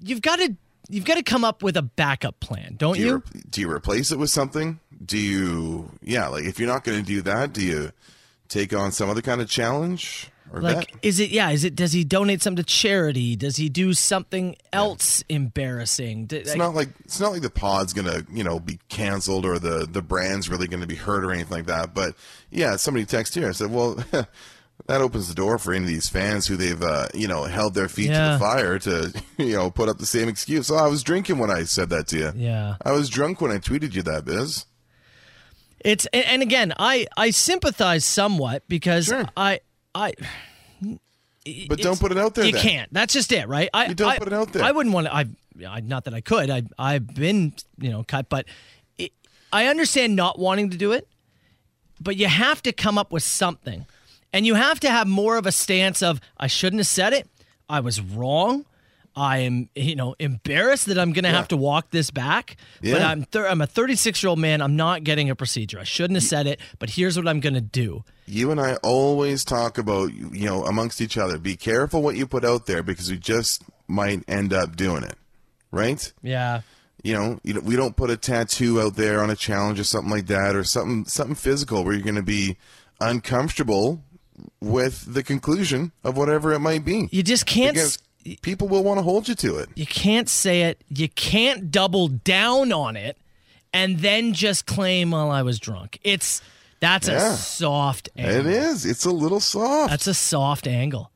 [SPEAKER 6] you've got to you've got to come up with a backup plan, don't
[SPEAKER 7] Do
[SPEAKER 6] you?
[SPEAKER 7] you, re- do you replace it with something? Do you yeah, like if you're not going to do that, do you take on some other kind of challenge or bet?
[SPEAKER 6] Like, is it yeah? Is it does he donate something to charity? Does he do something else embarrassing? Do-
[SPEAKER 7] It's not like it's not like the pod's gonna you know be canceled or the the brand's really gonna be hurt or anything like that. But yeah, somebody texted here and said, well. That opens the door for any of these fans who they've, uh, you know, held their feet to
[SPEAKER 6] Yeah.
[SPEAKER 7] the fire to, you know, put up the same excuse. Oh, I was drinking when I said that to you.
[SPEAKER 6] yeah.
[SPEAKER 7] I was drunk when I tweeted you that, Biz.
[SPEAKER 6] It's and- and again, I I sympathize somewhat because
[SPEAKER 7] Sure.
[SPEAKER 6] I I
[SPEAKER 7] But
[SPEAKER 6] It's-
[SPEAKER 7] don't put it out there.
[SPEAKER 6] You
[SPEAKER 7] then.
[SPEAKER 6] can't. That's just it, right? I,
[SPEAKER 7] You don't
[SPEAKER 6] I-
[SPEAKER 7] put it out there.
[SPEAKER 6] I wouldn't want to. I, I not that I could. I I've been you know cut, but it, I understand not wanting to do it. But you have to come up with something, and you have to have more of a stance of I shouldn't have said it. I was wrong. I am, you know, embarrassed that I'm going to have to walk this back. But
[SPEAKER 7] Yeah.
[SPEAKER 6] I'm, thir- I'm a 36 year old man. I'm not getting a procedure. I shouldn't have said it. But here's what I'm going to do.
[SPEAKER 7] you and I always talk about, you know, amongst each other, be careful what you put out there because we just might end up doing it, right?
[SPEAKER 6] Yeah.
[SPEAKER 7] You know, you don't, we don't put a tattoo out there on a challenge or something like that, or something something physical where you're going to be uncomfortable with the conclusion of whatever it might be.
[SPEAKER 6] You just can't. s-
[SPEAKER 7] because people will want to hold you to it.
[SPEAKER 6] You can't say it. You can't double down on it and then just claim, well, I was drunk. It's that's
[SPEAKER 7] Yeah.
[SPEAKER 6] a soft
[SPEAKER 7] It
[SPEAKER 6] angle.
[SPEAKER 7] is. It's a little soft.
[SPEAKER 6] That's a soft angle.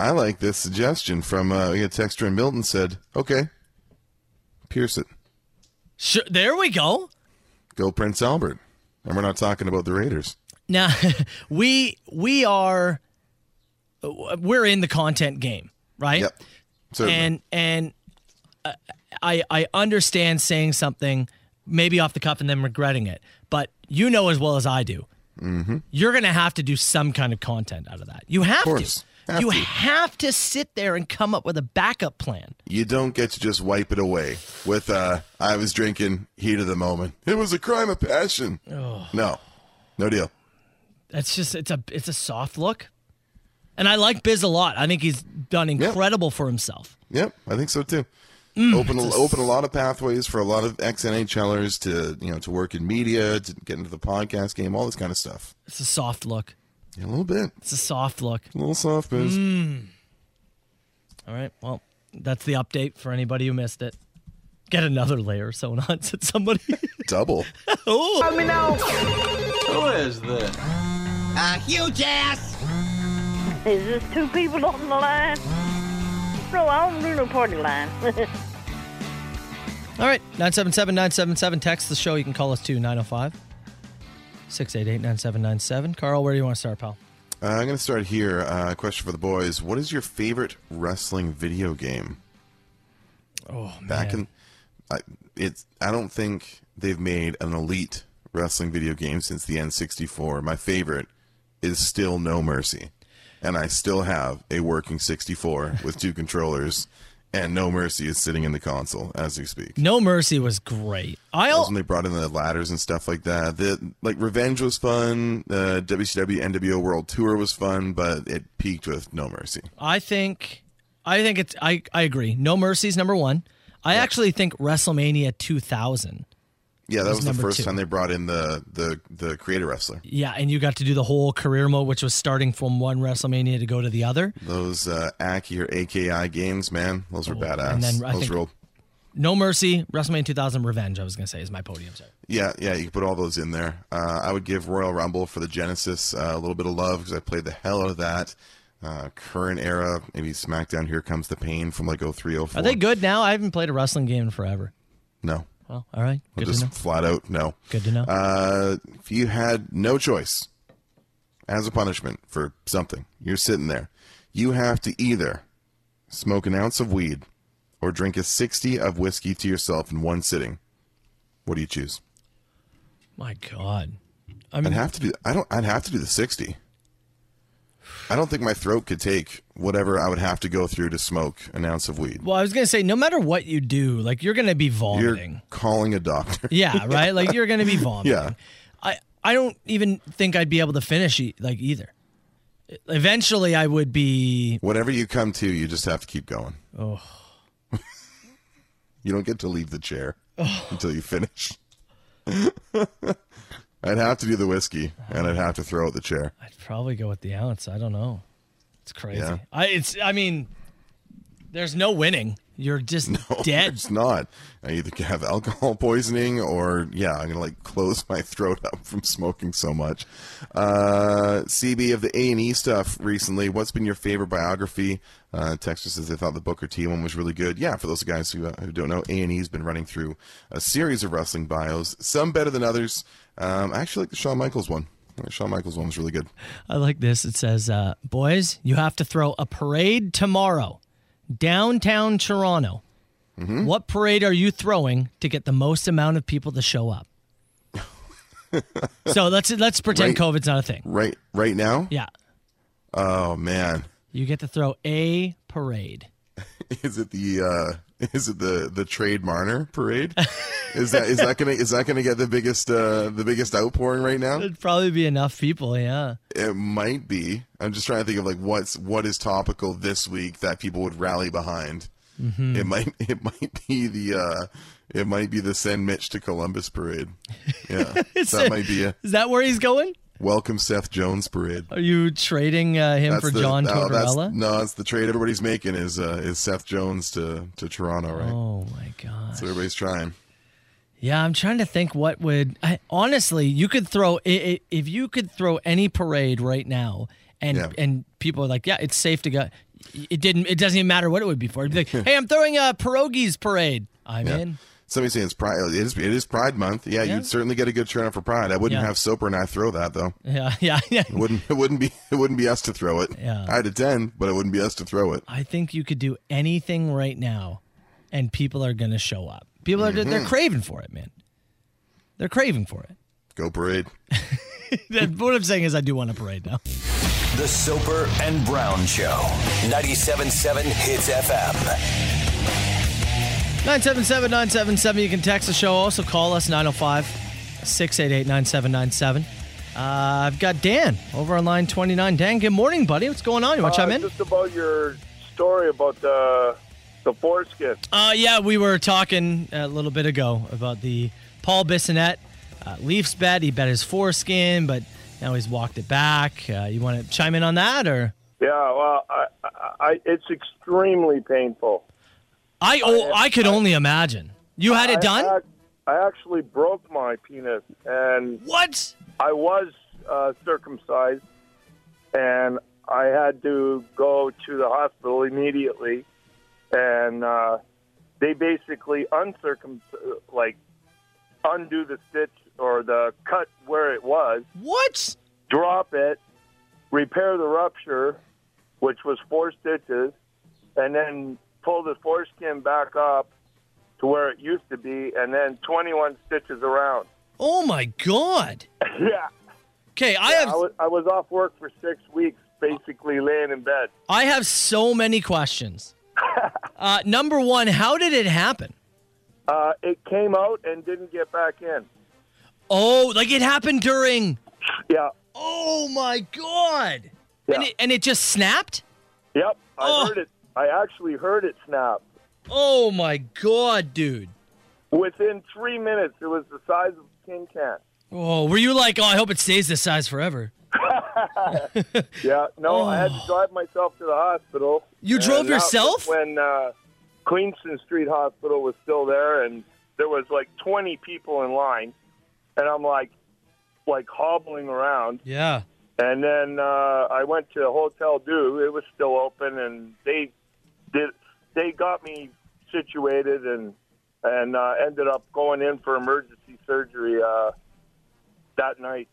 [SPEAKER 7] I like this suggestion from uh, we got a texter in Milton said, "Okay, pierce it."
[SPEAKER 6] Sure, there we go.
[SPEAKER 7] Go Prince Albert. And we're not talking about the Raiders.
[SPEAKER 6] Now we we are we're in the content game, right?
[SPEAKER 7] Yep. So
[SPEAKER 6] and and uh, I I understand saying something maybe off the cuff and then regretting it, but you know as well as I do,
[SPEAKER 7] Mm-hmm.
[SPEAKER 6] you're gonna have to do some kind of content out of that. You have
[SPEAKER 7] course.
[SPEAKER 6] to.
[SPEAKER 7] Have
[SPEAKER 6] you
[SPEAKER 7] to.
[SPEAKER 6] have to sit there and come up with a backup plan.
[SPEAKER 7] you don't get to just wipe it away with uh I was drinking heat of the moment. It was a crime of passion. No. No deal.
[SPEAKER 6] That's just it's a it's a soft look, and I like Biz a lot. I think he's done incredible for himself.
[SPEAKER 7] Yep, I think so too. open a, open a lot of pathways for a lot of ex NHLers to you know to work in media, to get into the podcast game, all this kind of stuff.
[SPEAKER 6] It's a soft look.
[SPEAKER 7] Yeah, a little bit,
[SPEAKER 6] It's a soft look.
[SPEAKER 7] a little soft biz.
[SPEAKER 6] All right. Well, that's the update for anybody who missed it. Get another layer sewn on to somebody. Oh.
[SPEAKER 7] Double.
[SPEAKER 8] Is this two people on the line? No, I don't do no party line.
[SPEAKER 6] All right, 977 977. Text the show. You can call us too, 905 688 9797. Carl, where do you want to start, pal?
[SPEAKER 7] Uh, I'm going to start here. Uh, question for the boys: What is your favorite wrestling video game? Oh, back in, I, it's. I don't think they've made an elite wrestling video game since the N64. My favorite is still No Mercy, and I still have a working 64 with two controllers, and No Mercy is sitting in the console as we speak.
[SPEAKER 6] No Mercy was great.
[SPEAKER 7] That was
[SPEAKER 6] I'll.
[SPEAKER 7] when they brought in the ladders and stuff like that. The like Revenge was fun. The WCW NWO World Tour was fun, but it peaked with No Mercy.
[SPEAKER 6] I think. I think it's. I, I agree. No Mercy's number one. I actually think WrestleMania 2000.
[SPEAKER 7] Yeah, that was, the
[SPEAKER 6] number
[SPEAKER 7] first
[SPEAKER 6] two.
[SPEAKER 7] time they brought in the the the creator wrestler.
[SPEAKER 6] Yeah, and you got to do the whole career mode, which was starting from one WrestleMania to go to the other.
[SPEAKER 7] Those uh, Aki or AKI games, man, those were badass.
[SPEAKER 6] and then I
[SPEAKER 7] those
[SPEAKER 6] think-
[SPEAKER 7] rolled.
[SPEAKER 6] No Mercy, WrestleMania 2000 Revenge, I was going to say, is my podium. Sorry.
[SPEAKER 7] Yeah, yeah, you can put all those in there. Uh, I would give Royal Rumble for the Genesis uh, a little bit of love because I played the hell out of that. Uh, current era, maybe SmackDown. Here comes the pain from like 0304.
[SPEAKER 6] Are they good now? I haven't played a wrestling game in forever.
[SPEAKER 7] No,
[SPEAKER 6] Well, all right. Good
[SPEAKER 7] just
[SPEAKER 6] to know.
[SPEAKER 7] flat out no.
[SPEAKER 6] Good to know.
[SPEAKER 7] Uh, if you had no choice as a punishment for something, you're sitting there. You have to either smoke an ounce of weed or drink a 60 of whiskey to yourself in one sitting. What do you choose?
[SPEAKER 6] my God.
[SPEAKER 7] I'd have to do I don't I'd have to do the 60. I don't think my throat could take whatever I would have to go through to smoke an ounce of weed.
[SPEAKER 6] Well, I was gonna say, no matter what you do, like you're gonna be
[SPEAKER 7] You're
[SPEAKER 6] vomiting.
[SPEAKER 7] calling a doctor.
[SPEAKER 6] Yeah, right. Like you're gonna be vomiting.
[SPEAKER 7] Yeah.
[SPEAKER 6] I I don't even think I'd be able to finish e- like either. Eventually, I would be.
[SPEAKER 7] Whatever you come to, you just have to keep going.
[SPEAKER 6] Oh.
[SPEAKER 7] you don't get to leave the chair until you finish. I'd have to do the whiskey, and I'd have to throw out the chair.
[SPEAKER 6] I'd probably go with the ounce. I don't know. It's crazy.
[SPEAKER 7] Yeah.
[SPEAKER 6] I. It's. I mean, there's no winning. You're just dead.
[SPEAKER 7] It's not. I either have alcohol poisoning or yeah, I'm gonna like close my throat up from smoking so much. Uh, CB of the A and E stuff recently. What's been your favorite biography? Uh, Texas says they thought the Booker T one was really good. Yeah, for those guys who, uh, who don't know, A and E's been running through a series of wrestling bios, some better than others. Um, I actually like the Shawn Michaels one. The Shawn Michaels one was really good.
[SPEAKER 6] I like this. It says, uh, "Boys, you have to throw a parade tomorrow, downtown Toronto.
[SPEAKER 7] Mm-hmm.
[SPEAKER 6] What parade are you throwing to get the most amount of people to show up?" so let's let's pretend
[SPEAKER 7] Right.
[SPEAKER 6] COVID's not a thing.
[SPEAKER 7] Right, right now.
[SPEAKER 6] Yeah,
[SPEAKER 7] Oh man,
[SPEAKER 6] you get to throw a parade.
[SPEAKER 7] Is it the uh is it the the trade Marner parade? Is that is that gonna is that gonna get the biggest uh the biggest outpouring right now?
[SPEAKER 6] It'd probably be enough people. Yeah.
[SPEAKER 7] It might be. I'm just trying to think of like what's what is topical this week that people would rally behind.
[SPEAKER 6] Mm-hmm.
[SPEAKER 7] It might it might be the uh it might be the send Mitch to Columbus parade. Yeah, that might be a
[SPEAKER 6] Is that where he's going?
[SPEAKER 7] welcome Seth Jones parade.
[SPEAKER 6] Are you trading uh, him for
[SPEAKER 7] the-
[SPEAKER 6] John
[SPEAKER 7] no, that's-
[SPEAKER 6] Tortorella?
[SPEAKER 7] no, it's the trade everybody's making is uh, is Seth Jones to to Toronto, right?
[SPEAKER 6] Oh my god.
[SPEAKER 7] So everybody's trying.
[SPEAKER 6] Yeah, I'm trying to think what would I, honestly you could throw i- i- if you could throw any parade right now and
[SPEAKER 7] Yeah.
[SPEAKER 6] and people are like, yeah, it's safe to go. It didn't. It doesn't even matter what it would be for. It'd be like, hey, I'm throwing a pierogies parade. I'm in.
[SPEAKER 7] Somebody saying it's pride. Oh, It is, it is Pride Month. Yeah,
[SPEAKER 6] Yeah.
[SPEAKER 7] you'd certainly get a good turnout for Pride. I wouldn't
[SPEAKER 6] Yeah.
[SPEAKER 7] have Soper and I throw that though.
[SPEAKER 6] Yeah, yeah, yeah.
[SPEAKER 7] It wouldn't it wouldn't be it wouldn't be us to throw it.
[SPEAKER 6] Yeah.
[SPEAKER 7] I'd attend, but it wouldn't be us to throw it.
[SPEAKER 6] I think you could do anything right now, and people are gonna show up. People are they're craving for it, man. They're craving for it.
[SPEAKER 7] Go parade.
[SPEAKER 6] That- what I'm saying is, I do want a parade now.
[SPEAKER 5] The Soper and Brown Show. 97.7 Hits FM.
[SPEAKER 6] 977 977. You can text the show. Also call us 905 688 9797. Uh, I've got Dan over on line 29. Dan, good morning, buddy. What's going on? You want to
[SPEAKER 9] Uh,
[SPEAKER 6] chime in?
[SPEAKER 9] Just about your story about the the foreskin.
[SPEAKER 6] Uh, yeah, we were talking a little bit ago about the Paul Bissonette uh, Leafs bet. He bet his foreskin, but now he's walked it back. Uh, you want to chime in on that? Or
[SPEAKER 9] Yeah, well, I, I, I, it's extremely painful.
[SPEAKER 6] I, oh, I could only imagine. You had it
[SPEAKER 9] I,
[SPEAKER 6] done?
[SPEAKER 9] ac- I actually broke my penis, and
[SPEAKER 6] What?
[SPEAKER 9] I was uh, circumcised, and I had to go to the hospital immediately, and uh, they basically uncircum uh, like undo the stitch or the cut where it was.
[SPEAKER 6] What?
[SPEAKER 9] drop it, repair the rupture, which was four stitches, and then pull the foreskin back up to where it used to be, and then 21 stitches around.
[SPEAKER 6] Oh, my God.
[SPEAKER 9] Yeah,
[SPEAKER 6] Okay, I
[SPEAKER 9] I
[SPEAKER 6] have
[SPEAKER 9] was, I was off work for six weeks, basically laying in bed.
[SPEAKER 6] I have so many questions. uh, number one, how did it happen?
[SPEAKER 9] Uh, it came out and didn't get back in.
[SPEAKER 6] Oh, like it happened during.
[SPEAKER 9] Yeah,
[SPEAKER 6] Oh my god!
[SPEAKER 9] yeah,
[SPEAKER 6] And, it, and it just snapped.
[SPEAKER 9] yep. I
[SPEAKER 6] Oh.
[SPEAKER 9] heard it. I actually heard it snap.
[SPEAKER 6] Oh my god, dude.
[SPEAKER 9] Within three minutes, it was the size of a tin can.
[SPEAKER 6] Oh, were you like, oh, I hope it stays this size forever?
[SPEAKER 9] Yeah, no, I had to drive myself to the hospital.
[SPEAKER 6] You
[SPEAKER 9] And
[SPEAKER 6] drove
[SPEAKER 9] that was
[SPEAKER 6] yourself?
[SPEAKER 9] When uh, Queenston Street Hospital was still there, and there was like 20 people in line, and I'm like, like hobbling around.
[SPEAKER 6] Yeah.
[SPEAKER 9] And then uh, I went to Hotel Du. It was still open, and they did. They got me situated, and and uh, ended up going in for emergency surgery uh, that night.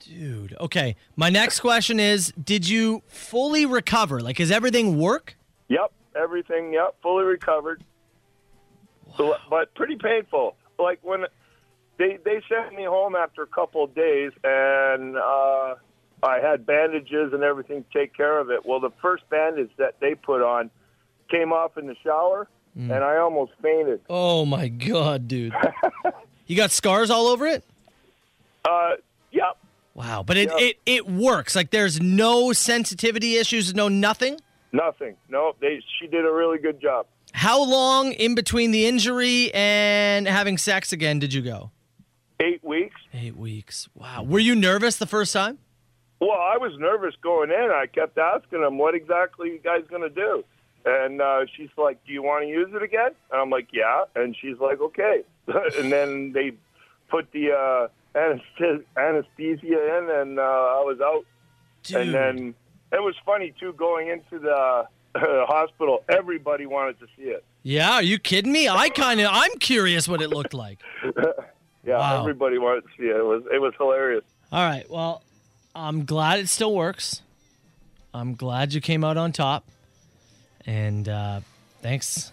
[SPEAKER 6] Dude. Okay. My next question is, did you fully recover? Like, is everything work?
[SPEAKER 9] Yep, everything. Yep, fully recovered. So, but pretty painful. Like when they they sent me home after a couple of days, and uh, I had bandages and everything to take care of it. Well, the first bandage that they put on came off in the shower, and I almost fainted.
[SPEAKER 6] Oh my god, dude. you got scars all over it?
[SPEAKER 9] Uh, yep,
[SPEAKER 6] Wow, but it,
[SPEAKER 9] Yeah.
[SPEAKER 6] it it works. Like there's no sensitivity issues, no nothing.
[SPEAKER 9] Nothing. No, they. She did a really good job.
[SPEAKER 6] How long in between the injury and having sex again did you go?
[SPEAKER 9] Eight weeks.
[SPEAKER 6] Eight weeks. Wow. Were you nervous the first time?
[SPEAKER 9] Well, I was nervous going in. I kept asking them, "What exactly you guys going to do?" And uh, she's like, "Do you want to use it again?" And I'm like, "Yeah." And she's like, "Okay." and then they put the uh, anesthesia, anesthesia in, and uh, I was out. And then it was funny too. Going into the uh, hospital, everybody wanted to see it.
[SPEAKER 6] Yeah, are you kidding me? I kind of I'm curious what it looked like.
[SPEAKER 9] Yeah,
[SPEAKER 6] Wow.
[SPEAKER 9] everybody wanted to see it. It was it was hilarious.
[SPEAKER 6] All right. Well, I'm glad it still works. I'm glad you came out on top. And uh thanks.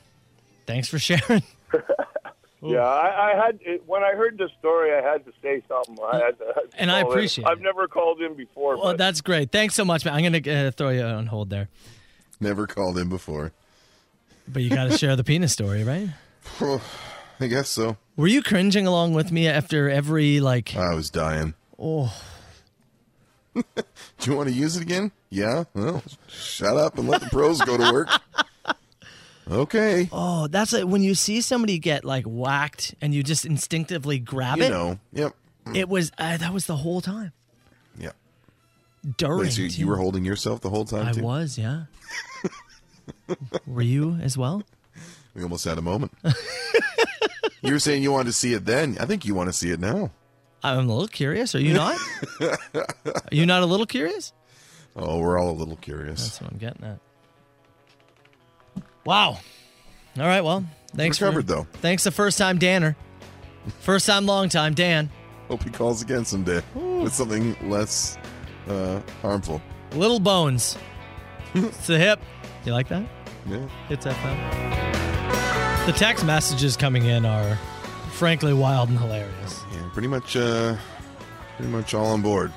[SPEAKER 6] Thanks for sharing.
[SPEAKER 9] Yeah, I, I had it, when I heard the story, I had to say something. I had to,
[SPEAKER 6] And I
[SPEAKER 9] call in.
[SPEAKER 6] appreciate
[SPEAKER 9] I've
[SPEAKER 6] it.
[SPEAKER 9] never called in before.
[SPEAKER 6] Well,
[SPEAKER 9] but-
[SPEAKER 6] that's great. Thanks so much, man. I'm going to uh, throw you on hold there.
[SPEAKER 7] Never called in before.
[SPEAKER 6] But you got to share the penis story, right?
[SPEAKER 7] Well, I guess so.
[SPEAKER 6] Were you cringing along with me after every like
[SPEAKER 7] I was dying.
[SPEAKER 6] Oh.
[SPEAKER 7] Do you want to use it again? Yeah. Well, shut up and let the pros go to work. Okay.
[SPEAKER 6] Oh, that's like when you see somebody get like whacked and you just instinctively grab
[SPEAKER 7] You
[SPEAKER 6] it.
[SPEAKER 7] know. Yep.
[SPEAKER 6] It was uh, that was the whole time.
[SPEAKER 7] Yep.
[SPEAKER 6] During
[SPEAKER 7] Wait, so you, you
[SPEAKER 6] too.
[SPEAKER 7] were holding yourself the whole time?
[SPEAKER 6] I
[SPEAKER 7] too?
[SPEAKER 6] was, yeah. were you as well?
[SPEAKER 7] We almost had a moment. you were saying you wanted to see it then. I think you want to see it now.
[SPEAKER 6] I'm a little curious. Are you not? Are you not a little curious?
[SPEAKER 7] Oh, we're all a little curious.
[SPEAKER 6] That's what I'm getting at. Wow. All right. Well, thanks.
[SPEAKER 7] Recovered,
[SPEAKER 6] for,
[SPEAKER 7] though.
[SPEAKER 6] Thanks the first time Danner. First time, long time Dan.
[SPEAKER 7] Hope he calls again someday with something less uh, harmful.
[SPEAKER 6] Little bones. it's the hip. You like that?
[SPEAKER 7] Yeah.
[SPEAKER 6] It's FM. The text messages coming in are frankly wild and hilarious.
[SPEAKER 7] Yeah. Pretty much. Uh, pretty much all on board.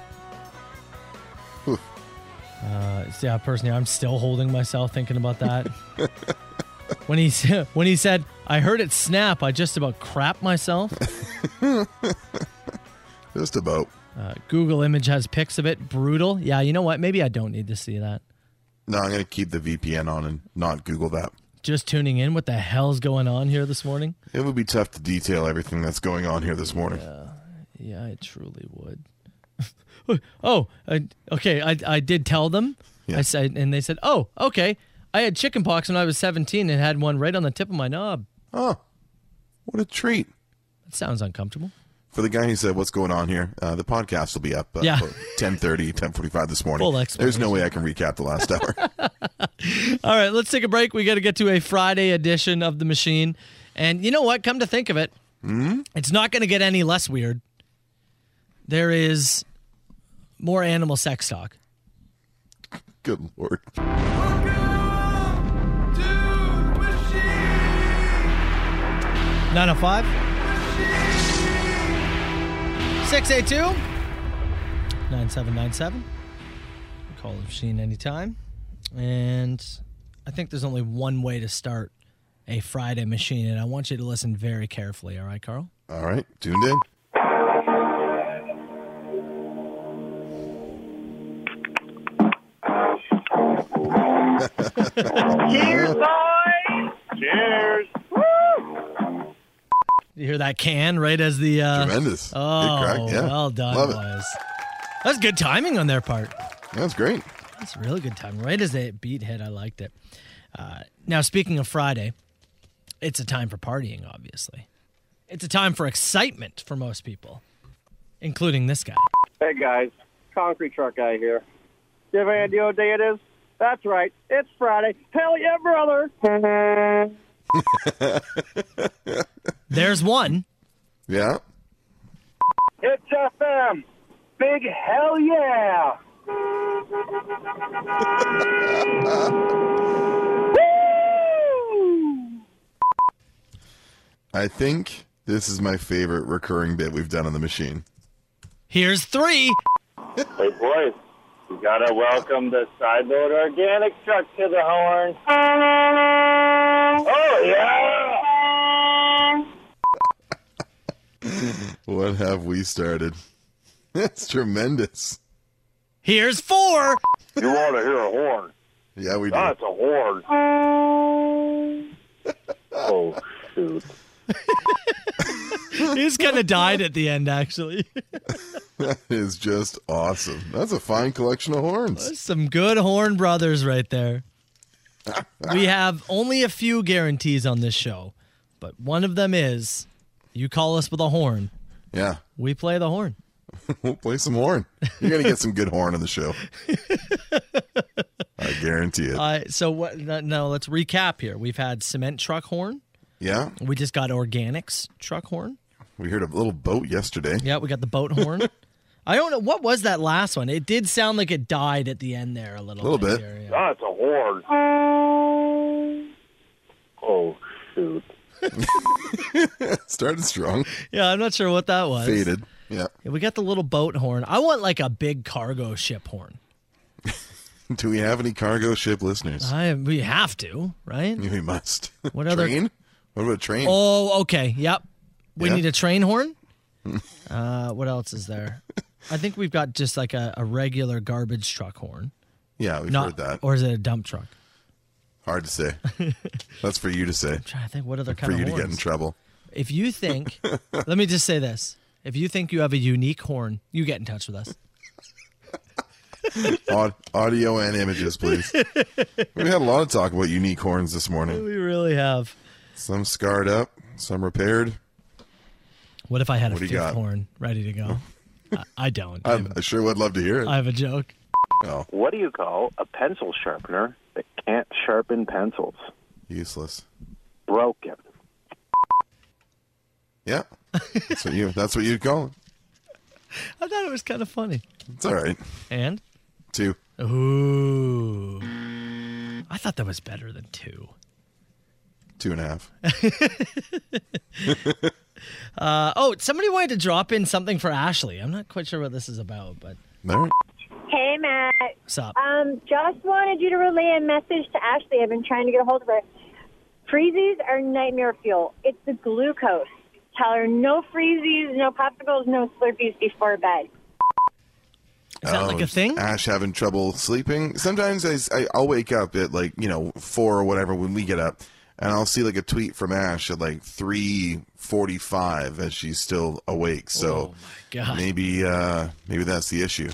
[SPEAKER 6] Uh, yeah, personally, I'm still holding myself thinking about that. when he sa- when he said, "I heard it snap," I just about crap myself.
[SPEAKER 7] Just about.
[SPEAKER 6] Uh, Google image has pics of it. Brutal. Yeah, you know what? Maybe I don't need to see that.
[SPEAKER 7] No, I'm gonna keep the VPN on and not Google that.
[SPEAKER 6] Just tuning in. What the hell's going on here this morning?
[SPEAKER 7] It would be tough to detail everything that's going on here this morning.
[SPEAKER 6] Yeah, I truly would. oh, I, okay. I, I did tell them.
[SPEAKER 7] Yeah.
[SPEAKER 6] I said, and they said, "Oh, okay. I had chickenpox when I was 17 and had one right on the tip of my knob."
[SPEAKER 7] Oh, what a treat
[SPEAKER 6] That sounds uncomfortable.
[SPEAKER 7] for the guy who said, "What's going on here?" Uh, the podcast will be up uh,
[SPEAKER 6] Yeah.
[SPEAKER 7] 10:30, 10:45 this morning.
[SPEAKER 6] Full
[SPEAKER 7] There's no way I can recap the last hour.
[SPEAKER 6] All right, let's take a break. We got to get to a Friday edition of the machine, and you know what? Come to think of it, it's not going to get any less weird. There is more animal sex talk.
[SPEAKER 7] Good lord.
[SPEAKER 6] Nine oh five. Six eight two. Nine seven nine seven. Call the machine anytime. And I think there's only one way to start a Friday machine, and I want you to listen very carefully. All right, Carl.
[SPEAKER 7] All right, tuned in.
[SPEAKER 8] Cheers, boys!
[SPEAKER 9] Cheers.
[SPEAKER 6] You hear that can right as the uh,
[SPEAKER 7] Tremendous. Good
[SPEAKER 6] Oh,
[SPEAKER 7] crack, Yeah.
[SPEAKER 6] well done,
[SPEAKER 7] Love it.
[SPEAKER 6] boys. That's good timing on their part.
[SPEAKER 7] That's great.
[SPEAKER 6] That's really good timing. Right as that beat hit, I liked it. Uh, now, speaking of Friday, it's a time for partying, obviously. It's a time for excitement for most people, including this guy.
[SPEAKER 9] Hey guys, concrete truck guy here. Do you have any idea what day it is? That's right, it's Friday. Hell yeah, brother!
[SPEAKER 6] There's one.
[SPEAKER 7] Yeah.
[SPEAKER 9] It's FM. Big hell yeah!
[SPEAKER 7] I think this is my favorite recurring bit we've done on the machine.
[SPEAKER 6] Here's three.
[SPEAKER 9] Hey boys, you gotta welcome the sideload organic truck to the horn. Oh yeah!
[SPEAKER 7] What have we started? That's tremendous.
[SPEAKER 6] Here's four.
[SPEAKER 9] You want to hear a horn?
[SPEAKER 7] Yeah, we do.
[SPEAKER 9] That's a horn. oh shoot!
[SPEAKER 6] He's kind of died at the end, actually.
[SPEAKER 7] That is just awesome. That's a fine collection of horns.
[SPEAKER 6] Some good Horn Brothers right there. We have only a few guarantees on this show, but one of them is you call us with a horn,
[SPEAKER 7] Yeah,
[SPEAKER 6] we play the horn.
[SPEAKER 7] we'll play some horn. You're gonna get some good horn on the show. I guarantee it.
[SPEAKER 6] Uh, so what? No, no, let's recap here. We've had cement truck horn.
[SPEAKER 7] Yeah,
[SPEAKER 6] We just got organics truck horn.
[SPEAKER 7] we heard a little boat yesterday.
[SPEAKER 6] Yeah, we got the boat horn. I don't know what was that last one. It did sound like it died at the end there a little.
[SPEAKER 7] Little bit.
[SPEAKER 6] there, yeah.
[SPEAKER 9] That's a horn. Oh shoot!
[SPEAKER 7] Started strong,
[SPEAKER 6] Yeah, I'm not sure what that was.
[SPEAKER 7] faded. Yeah,
[SPEAKER 6] Yeah, we got the little boat horn. I want like a big cargo ship horn.
[SPEAKER 7] do we have any cargo ship listeners?
[SPEAKER 6] I we have to, right?
[SPEAKER 7] We must.
[SPEAKER 6] Uh-huh. What other-
[SPEAKER 7] train? What about a train?
[SPEAKER 6] Oh, okay. Yep. We
[SPEAKER 7] Yeah.
[SPEAKER 6] need a train horn. uh, what else is there? I think we've got just like a, a regular garbage truck horn.
[SPEAKER 7] yeah, we've
[SPEAKER 6] Not,
[SPEAKER 7] heard that.
[SPEAKER 6] Or is it a dump truck?
[SPEAKER 7] Hard to say. That's for you to say.
[SPEAKER 6] trying to think what other
[SPEAKER 7] For
[SPEAKER 6] kind
[SPEAKER 7] you to
[SPEAKER 6] of
[SPEAKER 7] get in
[SPEAKER 6] horns.
[SPEAKER 7] trouble.
[SPEAKER 6] if you think, let me just say this: if you think you have a unique horn, you get in touch with us.
[SPEAKER 7] Aud- audio and images, please. we had a lot of talk about unique horns this morning.
[SPEAKER 6] We really have.
[SPEAKER 7] Some scarred up, some repaired.
[SPEAKER 6] What if I had
[SPEAKER 7] What do
[SPEAKER 6] a
[SPEAKER 7] you
[SPEAKER 6] fifth
[SPEAKER 7] got?
[SPEAKER 6] horn ready to go? I, I don't. I
[SPEAKER 7] I'm,
[SPEAKER 6] have,
[SPEAKER 7] I sure would love to hear it.
[SPEAKER 6] I have a joke.
[SPEAKER 7] oh,
[SPEAKER 10] What do you call a pencil sharpener that can't sharpen pencils?
[SPEAKER 7] useless.
[SPEAKER 10] Broken.
[SPEAKER 7] Yeah, that's what you. That's what you'd call it.
[SPEAKER 6] I thought it was kind of funny.
[SPEAKER 7] It's all right.
[SPEAKER 6] And
[SPEAKER 7] Two.
[SPEAKER 6] ooh, I thought that was better than two.
[SPEAKER 7] Two and a half.
[SPEAKER 6] Uh, oh, somebody wanted to drop in something for Ashley. I'm not quite sure what this is about, but
[SPEAKER 7] All right.
[SPEAKER 11] Hey, Matt.
[SPEAKER 6] what's up?
[SPEAKER 11] Um, just wanted you to relay a message to Ashley. I've been trying to get a hold of her. Freezies are nightmare fuel. It's the glucose. Tell her no freezies, no popsicles, no Slurpees before bed.
[SPEAKER 6] Is that
[SPEAKER 7] Oh,
[SPEAKER 6] like a
[SPEAKER 7] just
[SPEAKER 6] thing?
[SPEAKER 7] Ash having trouble sleeping. Sometimes I, s- I will wake up at like you know four or whatever when we get up, and I'll see like a tweet from Ash at like three forty five, and she's still awake. So
[SPEAKER 6] God,
[SPEAKER 7] maybe uh maybe that's the issue.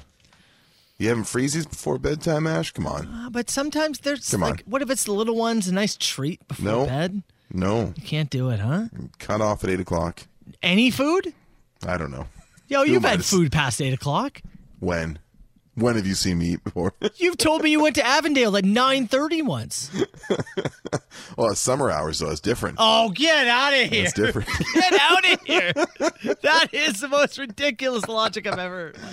[SPEAKER 7] You having freezies before bedtime, Ash? Come on,
[SPEAKER 6] Uh, but sometimes there's
[SPEAKER 7] Come on.
[SPEAKER 6] like, what if it's the little ones? A nice treat before
[SPEAKER 7] No.
[SPEAKER 6] bed.
[SPEAKER 7] no.
[SPEAKER 6] Can't do it, huh?
[SPEAKER 7] Cut off at eight o'clock.
[SPEAKER 6] Any food?
[SPEAKER 7] I don't know
[SPEAKER 6] Yo, you've
[SPEAKER 7] am I to
[SPEAKER 6] had
[SPEAKER 7] s-
[SPEAKER 6] food past eight o'clock.
[SPEAKER 7] when. When have you seen me eat before?
[SPEAKER 6] You've told me you went to Avondale at nine thirty once.
[SPEAKER 7] well, it's summer hours though. It's different.
[SPEAKER 6] Oh, get out of here!
[SPEAKER 7] it's different.
[SPEAKER 6] Get out of here! That is the most ridiculous logic I've ever heard in my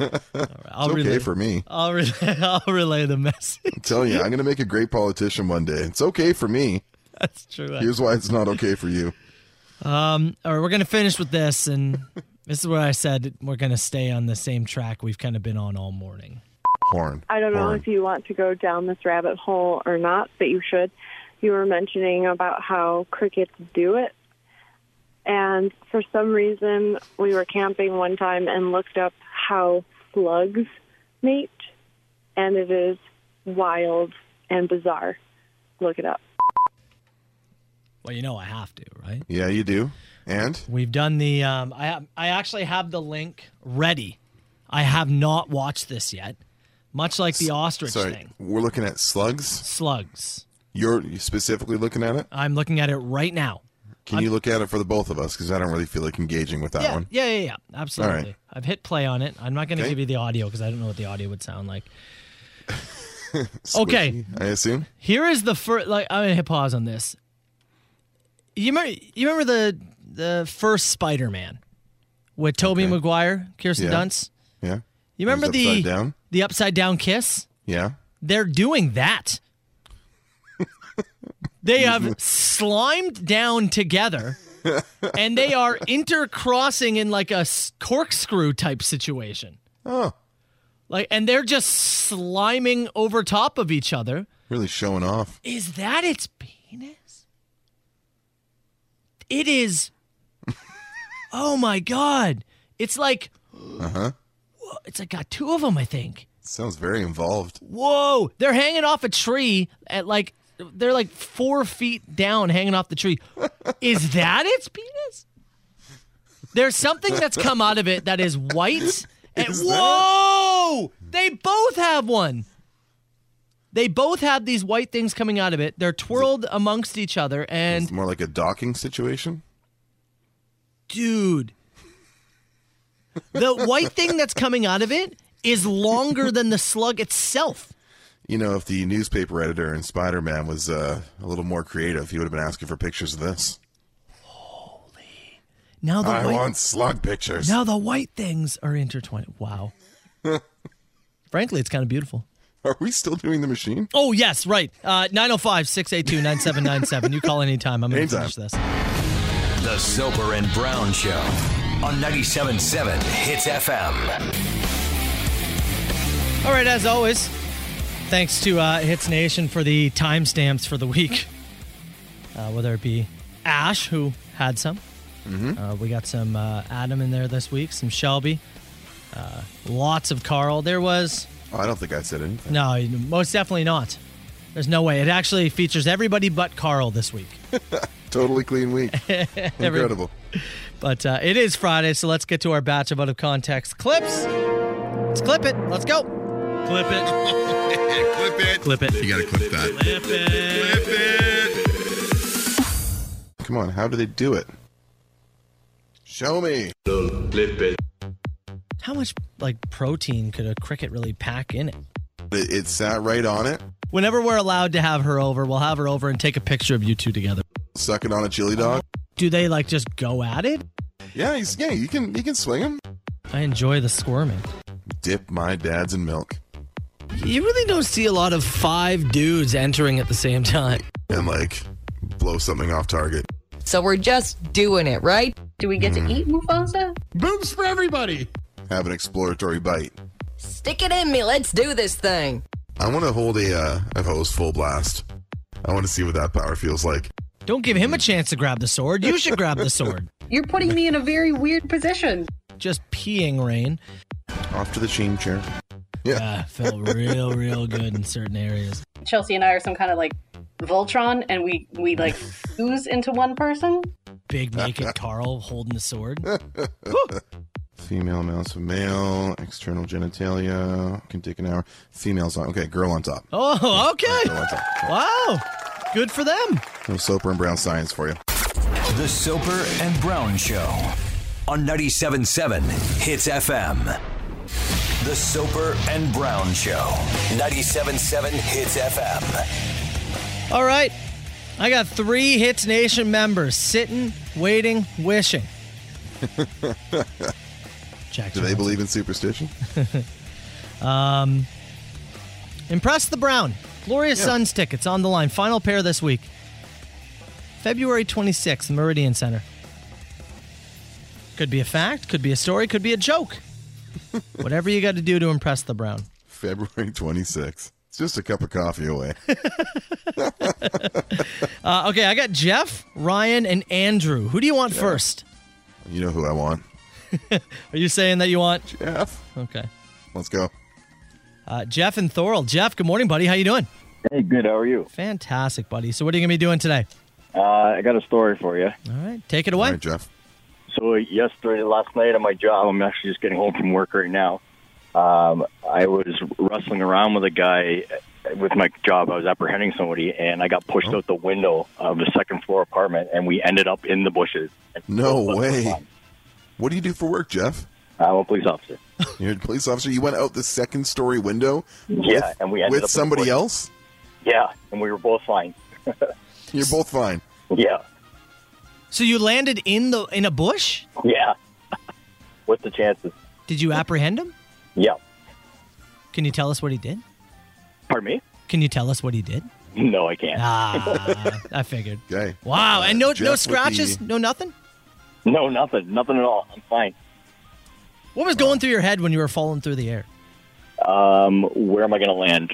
[SPEAKER 6] All right, I'll
[SPEAKER 7] it's okay
[SPEAKER 6] relay.
[SPEAKER 7] for me.
[SPEAKER 6] I'll relay. I'll relay the message.
[SPEAKER 7] I'm telling you, I'm gonna make a great politician one day. It's okay for me.
[SPEAKER 6] That's true.
[SPEAKER 7] Here's why it's not okay for you.
[SPEAKER 6] All right, we're gonna finish with this, and this is where I said we're gonna stay on the same track we've kind of been on all morning.
[SPEAKER 7] Horn.
[SPEAKER 11] I don't know
[SPEAKER 7] Horn.
[SPEAKER 11] if you want to go down this rabbit hole or not, but you should. You were mentioning about how crickets do it. And for some reason, we were camping one time and looked up how slugs mate, and it is wild and bizarre. Look it up.
[SPEAKER 6] Well, you know I have to, right?
[SPEAKER 7] Yeah, you do. And
[SPEAKER 6] We've done the. Um, I have, I actually have the link ready. I have not watched this yet. Much like the ostrich
[SPEAKER 7] sorry,
[SPEAKER 6] thing,
[SPEAKER 7] we're looking at slugs.
[SPEAKER 6] slugs.
[SPEAKER 7] You're specifically looking at it.
[SPEAKER 6] I'm looking at it right now.
[SPEAKER 7] Can you look at it for the both of us? Because I don't really feel like engaging with that
[SPEAKER 6] yeah,
[SPEAKER 7] one.
[SPEAKER 6] yeah, yeah, yeah. Absolutely. I've hit play on it. I'm not going to
[SPEAKER 7] Okay.
[SPEAKER 6] give you the audio because I don't know what the audio would sound like.
[SPEAKER 7] Squishy,
[SPEAKER 6] Okay.
[SPEAKER 7] I assume.
[SPEAKER 6] Here is the first. Like I'm gonna hit pause on this. You remember? You remember the the first Spider-Man with Tobey
[SPEAKER 7] Okay.
[SPEAKER 6] Maguire, Kirsten
[SPEAKER 7] Yeah.
[SPEAKER 6] Dunst.
[SPEAKER 7] Yeah.
[SPEAKER 6] You remember
[SPEAKER 7] He's upside
[SPEAKER 6] the
[SPEAKER 7] down?
[SPEAKER 6] the upside down kiss?
[SPEAKER 7] Yeah.
[SPEAKER 6] They're doing that. they have slimed down together, and they are intercrossing in like a s- corkscrew type situation.
[SPEAKER 7] Oh,
[SPEAKER 6] Like, and they're just sliming over top of each other.
[SPEAKER 7] really showing off.
[SPEAKER 6] Is that its penis? It is. oh my god! It's like
[SPEAKER 7] Uh huh.
[SPEAKER 6] Whoa, It's like got two of them, I think.
[SPEAKER 7] Sounds very involved.
[SPEAKER 6] Whoa! They're hanging off a tree at like they're like four feet down, hanging off the tree. Is that its penis? There's something that's come out of it that is white. And
[SPEAKER 2] Is that-
[SPEAKER 6] whoa! They both have one. They both have these white things coming out of it. They're twirled amongst each other, and
[SPEAKER 7] It's more like a docking situation.
[SPEAKER 6] dude. The white thing that's coming out of it is longer than the slug itself.
[SPEAKER 7] You know, if the newspaper editor in Spider Man was uh, a little more creative, he would have been asking for pictures of this.
[SPEAKER 6] Now the
[SPEAKER 7] I
[SPEAKER 6] white,
[SPEAKER 7] want slug pictures.
[SPEAKER 6] Now the white things are intertwined. Wow. Frankly, it's kind of beautiful.
[SPEAKER 7] Are we still doing the machine?
[SPEAKER 6] Oh, yes, right. 905 682 9797. You call anytime. I'm going to
[SPEAKER 5] Anytime.
[SPEAKER 6] finish this.
[SPEAKER 5] The Soper and Brown Show on 97.7 Hits FM.
[SPEAKER 6] All right, as always, thanks to uh, Hits Nation for the timestamps for the week. Uh, whether it be Ash, who had some, uh, we got some uh, Adam in there this week, some Shelby, uh, lots of Carl. There was
[SPEAKER 7] Oh, I don't think I said anything.
[SPEAKER 6] No, you- most definitely not. There's no way. It actually features everybody but Carl this week.
[SPEAKER 7] Totally clean week.
[SPEAKER 6] Every-
[SPEAKER 7] Incredible.
[SPEAKER 6] But uh, it is Friday, so let's get to our batch of out of context clips. Let's clip it. Let's go. Clip it.
[SPEAKER 7] clip it.
[SPEAKER 6] Clip it.
[SPEAKER 7] You got to clip that.
[SPEAKER 6] clip it.
[SPEAKER 7] Clip it. Come on, how do they do it? Show me. Clip it.
[SPEAKER 6] How much like protein could a cricket really pack in it?
[SPEAKER 7] It, it sat right on it.
[SPEAKER 6] Whenever we're allowed to have her over, we'll have her over and take a picture of you two together.
[SPEAKER 7] Sucking on a chili dog.
[SPEAKER 6] Do they like just go at it?
[SPEAKER 7] Yeah, he's yeah. You can you can swing him.
[SPEAKER 6] I enjoy the squirming.
[SPEAKER 7] Dip my dad's in milk
[SPEAKER 6] You really don't see a lot of five dudes entering at the same time.
[SPEAKER 7] and like blow something off target.
[SPEAKER 12] So we're just doing it, right? Do we get to eat Mufasa?
[SPEAKER 7] Boobs for everybody. Have an exploratory bite.
[SPEAKER 12] Stick it in me. Let's do this thing.
[SPEAKER 7] I want to hold a uh, a hose full blast. I want to see what that power feels like.
[SPEAKER 6] Don't give him a chance to grab the sword. You should grab the sword.
[SPEAKER 12] You're putting me in a very weird position.
[SPEAKER 6] Just peeing rain.
[SPEAKER 7] Off to the sheen chair. Yeah,
[SPEAKER 6] felt real, real good in certain areas.
[SPEAKER 13] Chelsea and I are some kind of like Voltron, and we we like ooze into one person.
[SPEAKER 6] Big naked Carl holding the sword.
[SPEAKER 7] Female amounts of male, external genitalia can take an hour. Females on, okay, girl on top.
[SPEAKER 6] Oh, okay. Wow. Good for them.
[SPEAKER 7] No Soper and Brown science for you.
[SPEAKER 5] The Soper and Brown Show on 97.7 Hits FM. The Soper and Brown Show, 97.7 Hits FM.
[SPEAKER 6] All right. I got three Hits Nation members sitting, waiting, wishing. Jack
[SPEAKER 7] Do they believe in superstition?
[SPEAKER 6] Um, Impress the Brown. Glorious Suns tickets on the line. Final pair this week. February 26th, Meridian Center. Could be a fact, could be a story, could be a joke. Whatever you got to do to impress the Brown.
[SPEAKER 7] February 26th. It's just a cup of coffee away.
[SPEAKER 6] Uh, okay, I got Jeff, Ryan, and Andrew. Who do you want first?
[SPEAKER 7] You know who I want.
[SPEAKER 6] Are you saying that you want
[SPEAKER 7] Jeff?
[SPEAKER 6] Okay.
[SPEAKER 7] Let's go.
[SPEAKER 6] Uh, Jeff and Thorold. Jeff, good morning, buddy. How you doing?
[SPEAKER 14] Hey, good. How are you?
[SPEAKER 6] Fantastic, buddy. So, what are you gonna be doing today?
[SPEAKER 14] Uh, I got a story for you.
[SPEAKER 6] All right, take it away.
[SPEAKER 7] Jeff.
[SPEAKER 14] So yesterday, last night at my job, I'm actually just getting home from work right now. Um, I was wrestling around with a guy with my job. I was apprehending somebody, and I got
[SPEAKER 7] Oh.
[SPEAKER 14] pushed out the window of the second floor apartment, and we ended up in the bushes.
[SPEAKER 7] No way. What do you do for work, Jeff?
[SPEAKER 14] I'm a police officer.
[SPEAKER 7] You're a police officer. You went out the second story window with,
[SPEAKER 14] Yeah, and we ended
[SPEAKER 7] with
[SPEAKER 14] up in
[SPEAKER 7] somebody
[SPEAKER 14] court.
[SPEAKER 7] else?
[SPEAKER 14] Yeah, and we were both fine.
[SPEAKER 7] You're both fine.
[SPEAKER 14] Yeah,
[SPEAKER 6] So you landed in the in a bush?
[SPEAKER 14] yeah. What's the chances?
[SPEAKER 6] Did you apprehend him?
[SPEAKER 14] Yeah.
[SPEAKER 6] Can you tell us what he did?
[SPEAKER 14] Pardon me?
[SPEAKER 6] Can you tell us what he did?
[SPEAKER 14] No, I can't.
[SPEAKER 6] Ah, I figured.
[SPEAKER 7] Okay.
[SPEAKER 6] Wow, and
[SPEAKER 7] Uh,
[SPEAKER 6] no
[SPEAKER 14] Jeff
[SPEAKER 6] no
[SPEAKER 14] with
[SPEAKER 6] scratches,
[SPEAKER 14] the-
[SPEAKER 6] no nothing.
[SPEAKER 14] No, nothing. Nothing at all. I'm fine.
[SPEAKER 6] What was going through your head when you were falling through the air?
[SPEAKER 14] Um, where am I going to land?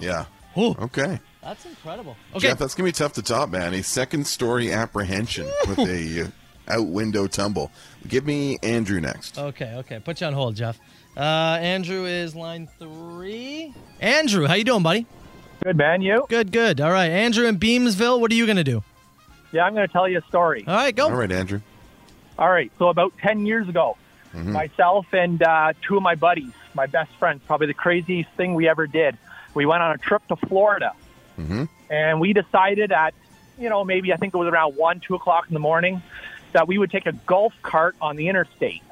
[SPEAKER 7] yeah. Okay.
[SPEAKER 6] That's incredible.
[SPEAKER 7] Jeff, that's gonna be tough to top, man. A second story apprehension with a uh, out window tumble. Give me Andrew next.
[SPEAKER 6] Okay, okay. Put you on hold, Jeff. Uh, Andrew is line three. Andrew, how you doing, buddy?
[SPEAKER 15] Good, man. You?
[SPEAKER 6] Good, good. All right, Andrew in Beamsville. What are you gonna do?
[SPEAKER 15] Yeah, I'm going to tell you a story.
[SPEAKER 6] All right, go.
[SPEAKER 7] All right, Andrew.
[SPEAKER 15] All right. So about ten years ago, myself and uh, two of my buddies, my best friends, probably the craziest thing we ever did. We went on a trip to Florida,
[SPEAKER 7] Mm-hmm.
[SPEAKER 15] and we decided at you know maybe I think it was around one, two o'clock in the morning that we would take a golf cart on the interstate.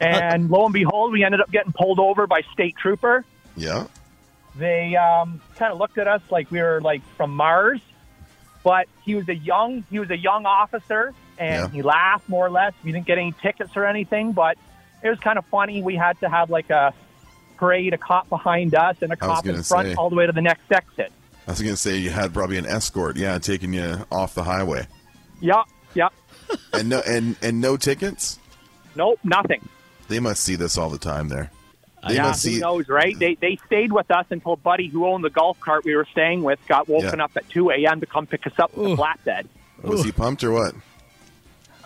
[SPEAKER 15] and lo and behold, we ended up getting pulled over by state trooper.
[SPEAKER 7] Yeah.
[SPEAKER 15] they um, kind of looked at us like we were like from Mars. But he was a young he was a young officer, and
[SPEAKER 16] Yeah.
[SPEAKER 15] he laughed more or less. We didn't get any tickets or anything, but it was kind of funny. We had to have like a parade, a cop behind us, and a
[SPEAKER 7] I was
[SPEAKER 15] cop in
[SPEAKER 7] gonna
[SPEAKER 15] front,
[SPEAKER 7] say.
[SPEAKER 15] all the way to the next exit.
[SPEAKER 7] I was gonna say you had probably an escort, yeah, taking you off the highway.
[SPEAKER 15] Yep, yep.
[SPEAKER 7] and no, and and no tickets.
[SPEAKER 15] Nope, nothing.
[SPEAKER 7] They must see this all the time there. They
[SPEAKER 15] yeah,
[SPEAKER 7] must see.
[SPEAKER 15] who knows, right? They they stayed with us until Buddy, who owned the golf cart we were staying with, got woken
[SPEAKER 7] Yeah.
[SPEAKER 15] up at two a.m. to come pick us up with a flatbed.
[SPEAKER 7] Was he pumped or what?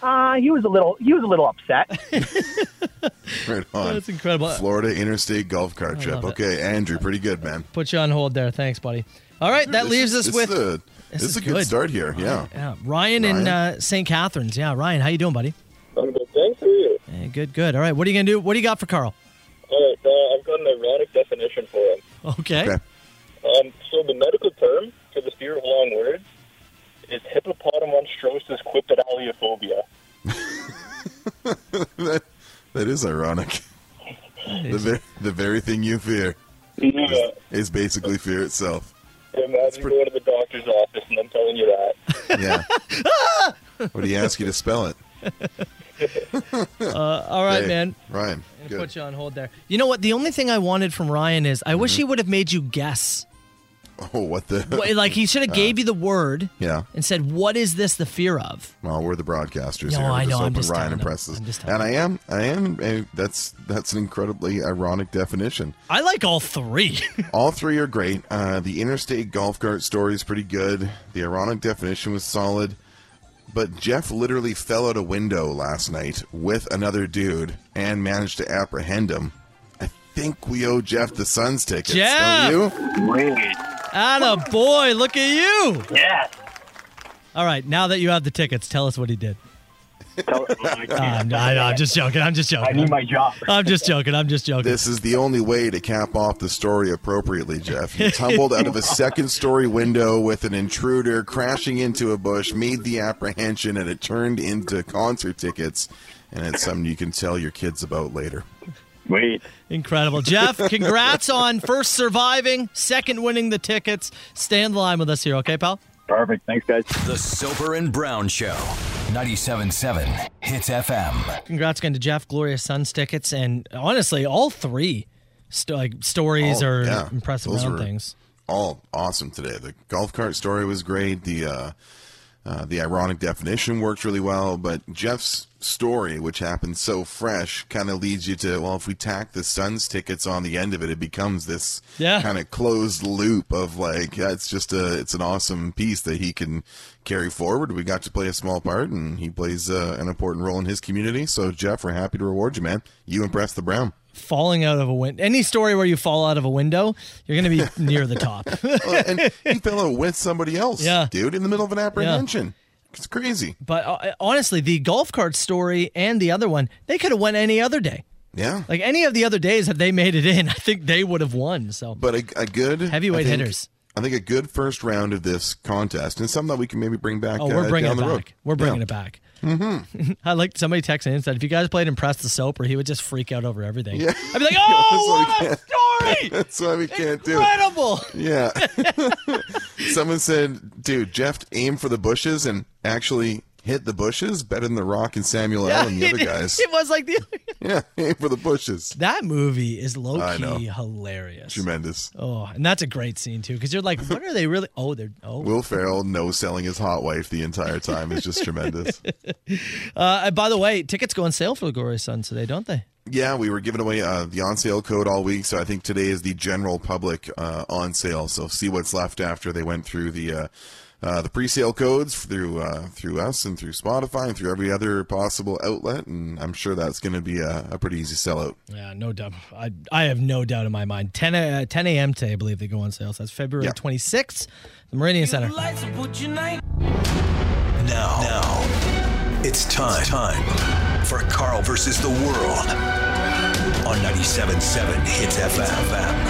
[SPEAKER 15] Uh, he was a little he was a little upset.
[SPEAKER 7] Right on.
[SPEAKER 6] That's incredible.
[SPEAKER 7] Florida interstate golf cart
[SPEAKER 6] Uh, I
[SPEAKER 7] trip.
[SPEAKER 6] love it.
[SPEAKER 7] Okay, Andrew, pretty good, man.
[SPEAKER 6] Put you on hold there. Thanks, buddy. All right, that
[SPEAKER 7] This
[SPEAKER 6] leaves
[SPEAKER 7] is-
[SPEAKER 6] us
[SPEAKER 7] this
[SPEAKER 6] with.
[SPEAKER 7] is a- this is a good start here, yeah.
[SPEAKER 6] yeah. Ryan, in
[SPEAKER 7] Ryan?
[SPEAKER 6] uh, St. Catharines. Yeah, Ryan, how you doing, buddy?
[SPEAKER 17] I'm good. Thanks for you.
[SPEAKER 6] Eh, good, good. All right, what are you gonna do? What do you got for Carl?
[SPEAKER 17] All right, uh, I've got an ironic definition for him.
[SPEAKER 6] Okay.
[SPEAKER 17] Um, so the medical term for the fear of long words is hippopotamonstrosis quipedaliophobia.
[SPEAKER 7] that, that is ironic. The, ver- the very thing you fear
[SPEAKER 17] Yeah.
[SPEAKER 7] is basically fear itself.
[SPEAKER 17] Uh, Imagine going to the doctor's office and them telling you that.
[SPEAKER 7] Yeah. what do you ask you to spell it?
[SPEAKER 6] Uh, all right,
[SPEAKER 7] Hey,
[SPEAKER 6] man.
[SPEAKER 7] Ryan,
[SPEAKER 6] I'm gonna
[SPEAKER 7] good.
[SPEAKER 6] put you on hold there. You know what? The only thing I wanted from Ryan is I
[SPEAKER 7] Mm-hmm.
[SPEAKER 6] wish he would have made you guess.
[SPEAKER 7] Oh, what the?
[SPEAKER 6] Wha- like he should have
[SPEAKER 7] Uh,
[SPEAKER 6] gave you the word
[SPEAKER 7] Yeah.
[SPEAKER 6] and said, "What is this the fear of?"
[SPEAKER 7] Well, we're the broadcasters
[SPEAKER 6] No,
[SPEAKER 7] here. We're
[SPEAKER 6] I know, I'm
[SPEAKER 7] hoping
[SPEAKER 6] just
[SPEAKER 7] Ryan
[SPEAKER 6] telling them.
[SPEAKER 7] impresses,
[SPEAKER 6] I'm just
[SPEAKER 7] and I am. I am. eh, That's that's an incredibly ironic definition.
[SPEAKER 6] I like all three.
[SPEAKER 7] All three are great. Uh, the interstate golf cart story is pretty good. The ironic definition was solid. But Jeff literally fell out a window last night with another dude and managed to apprehend him. I think we owe Jeff the Suns tickets,
[SPEAKER 6] Jeff!
[SPEAKER 7] don't you?
[SPEAKER 6] Atta boy, look at you.
[SPEAKER 17] Yeah.
[SPEAKER 6] All right, now that you have the tickets, tell us what he did. Uh, I'm, I, am just joking. I'm just joking. I need
[SPEAKER 17] my job.
[SPEAKER 6] I'm just joking. I'm just joking.
[SPEAKER 7] This is the only way to cap off the story appropriately, Jeff. You tumbled out of a second story window with an intruder crashing into a bush, made the apprehension, and it turned into concert tickets. And it's something you can tell your kids about later.
[SPEAKER 17] Wait.
[SPEAKER 6] Incredible. Jeff, congrats on first surviving, second winning the tickets. Stay in the line with us here, okay, pal?
[SPEAKER 10] Perfect. Thanks, guys.
[SPEAKER 5] The Soper and Brown Show. 97.7 Hits FM.
[SPEAKER 6] Congrats again to Jeff, Glorious Suns tickets, and honestly, all three st- like stories
[SPEAKER 7] All-
[SPEAKER 6] or
[SPEAKER 7] yeah,
[SPEAKER 6] impressive
[SPEAKER 7] those
[SPEAKER 6] round
[SPEAKER 7] were
[SPEAKER 6] things.
[SPEAKER 7] All awesome today. The golf cart story was great. The uh, uh, the ironic definition worked really well, but Jeff's story, which happened so fresh, kind of leads you to well, if we tack the Suns tickets on the end of it, it becomes this
[SPEAKER 6] Yeah.
[SPEAKER 7] kind of closed loop of like yeah, it's just a it's an awesome piece that he can carry forward. We got to play a small part, and he plays uh, an important role in his community. So Jeff, we're happy to reward you, man. You impressed the Brown.
[SPEAKER 6] Falling out of a window. Any story where you fall out of a window, you're going to be near the top.
[SPEAKER 7] Well, Uh, and he fell out with somebody else,
[SPEAKER 6] Yeah.
[SPEAKER 7] dude, in the middle of an apprehension. It's crazy.
[SPEAKER 6] But uh, honestly, the golf cart story and the other one, they could have won any other day.
[SPEAKER 7] Yeah.
[SPEAKER 6] Like any of the other days, had they made it in, I think they would have won. So,
[SPEAKER 7] But a, a good
[SPEAKER 6] Heavyweight
[SPEAKER 7] I think-
[SPEAKER 6] hitters.
[SPEAKER 7] I think a good first round of this contest, and some that we can maybe bring back.
[SPEAKER 6] oh,
[SPEAKER 7] uh,
[SPEAKER 6] we're bringing
[SPEAKER 7] down
[SPEAKER 6] it
[SPEAKER 7] the
[SPEAKER 6] back.
[SPEAKER 7] road.
[SPEAKER 6] We're bringing
[SPEAKER 7] Yeah.
[SPEAKER 6] it back.
[SPEAKER 7] Mhm.
[SPEAKER 6] I like somebody texting in said, if you guys played Impress the Soaper, he would just freak out over everything.
[SPEAKER 7] Yeah.
[SPEAKER 6] I'd be like, oh, what a story!
[SPEAKER 7] That's why we can't do it.
[SPEAKER 6] Incredible!
[SPEAKER 7] Yeah. Someone said, dude, Jeff aimed for the bushes and actually hit the bushes better than The Rock and Samuel L. and the
[SPEAKER 6] it,
[SPEAKER 7] other guys.
[SPEAKER 6] It was like the
[SPEAKER 7] Yeah, aim for the bushes.
[SPEAKER 6] That movie is low
[SPEAKER 7] I know.
[SPEAKER 6] key hilarious.
[SPEAKER 7] Tremendous.
[SPEAKER 6] Oh, and that's a great scene too, because you're like, what are they really? Oh, they're oh.
[SPEAKER 7] Will Ferrell no selling his hot wife the entire time is just tremendous.
[SPEAKER 6] Uh, and by the way, tickets go on sale for the Glorious Sons today, don't they?
[SPEAKER 7] Yeah, we were giving away uh, the on sale code all week, so I think today is the general public uh, on sale. So see what's left after they went through the uh, uh, the pre-sale codes through uh, through us and through Spotify and through every other possible outlet, and I'm sure that's going to be a, a pretty easy sellout.
[SPEAKER 6] Yeah, no doubt. I, I have no doubt in my mind. 10, uh, 10 a.m. today, I believe they go on sale. So that's February 26th, the Meridian Center.
[SPEAKER 5] Now, now, it's time, time for Carl versus the world on 97.7 Hits FM.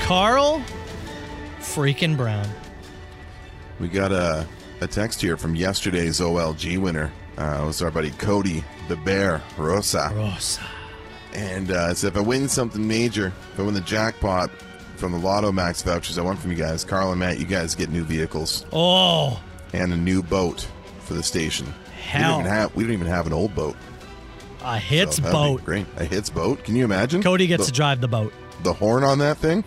[SPEAKER 6] Carl freaking Brown.
[SPEAKER 7] We got a, a text here from yesterday's OLG winner. Uh, it was our buddy Cody the Bear Rosa.
[SPEAKER 6] Rosa.
[SPEAKER 7] And uh, it said, if I win something major, if I win the jackpot from the Lotto Max vouchers I want from you guys, Carl and Matt, you guys get new vehicles.
[SPEAKER 6] Oh.
[SPEAKER 7] And a new boat for the station.
[SPEAKER 6] Hell.
[SPEAKER 7] We don't even have, we don't even have an old boat.
[SPEAKER 6] A hits
[SPEAKER 7] So that'd be
[SPEAKER 6] boat.
[SPEAKER 7] Great. A hits boat. Can you imagine?
[SPEAKER 6] Cody gets
[SPEAKER 7] The-
[SPEAKER 6] to drive the boat.
[SPEAKER 7] The horn on that thing?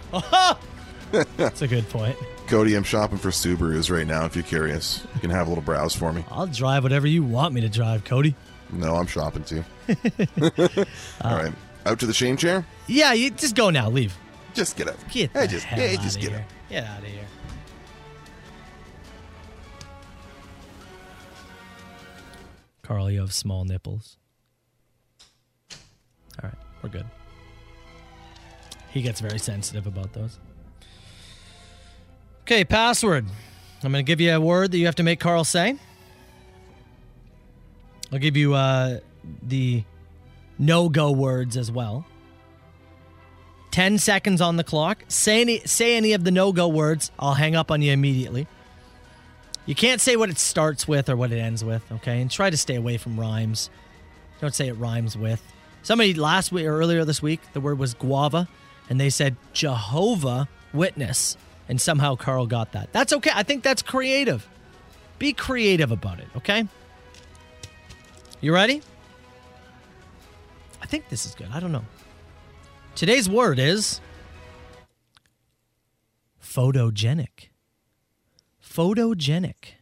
[SPEAKER 6] That's a good point.
[SPEAKER 7] Cody, I'm shopping for Subarus right now if you're curious. You can have a little browse for me.
[SPEAKER 6] I'll drive whatever you want me to drive, Cody.
[SPEAKER 7] No, I'm shopping too. All right. Out to the shame chair?
[SPEAKER 6] Yeah, you just go now. Leave.
[SPEAKER 7] Just get up.
[SPEAKER 6] Get
[SPEAKER 7] Hey,
[SPEAKER 6] the
[SPEAKER 7] just-
[SPEAKER 6] hell
[SPEAKER 7] hey,
[SPEAKER 6] out
[SPEAKER 7] just
[SPEAKER 6] of
[SPEAKER 7] get
[SPEAKER 6] here.
[SPEAKER 7] up.
[SPEAKER 6] Get out of here. Carl, you have small nipples. All right, we're good. He gets very sensitive about those. Okay, password. I'm going to give you a word that you have to make Carl say. I'll give you uh, the no go words as well. 10 seconds on the clock. Say any, say any of the no go words. I'll hang up on you immediately. You can't say what it starts with or what it ends with, okay? And try to stay away from rhymes. Don't say it rhymes with. Somebody last week or earlier this week, the word was guava, and they said Jehovah Witness. And somehow Carl got that. That's okay. I think that's creative. Be creative about it, okay? You ready? I think this is good. I don't know. Today's word is photogenic. Photogenic.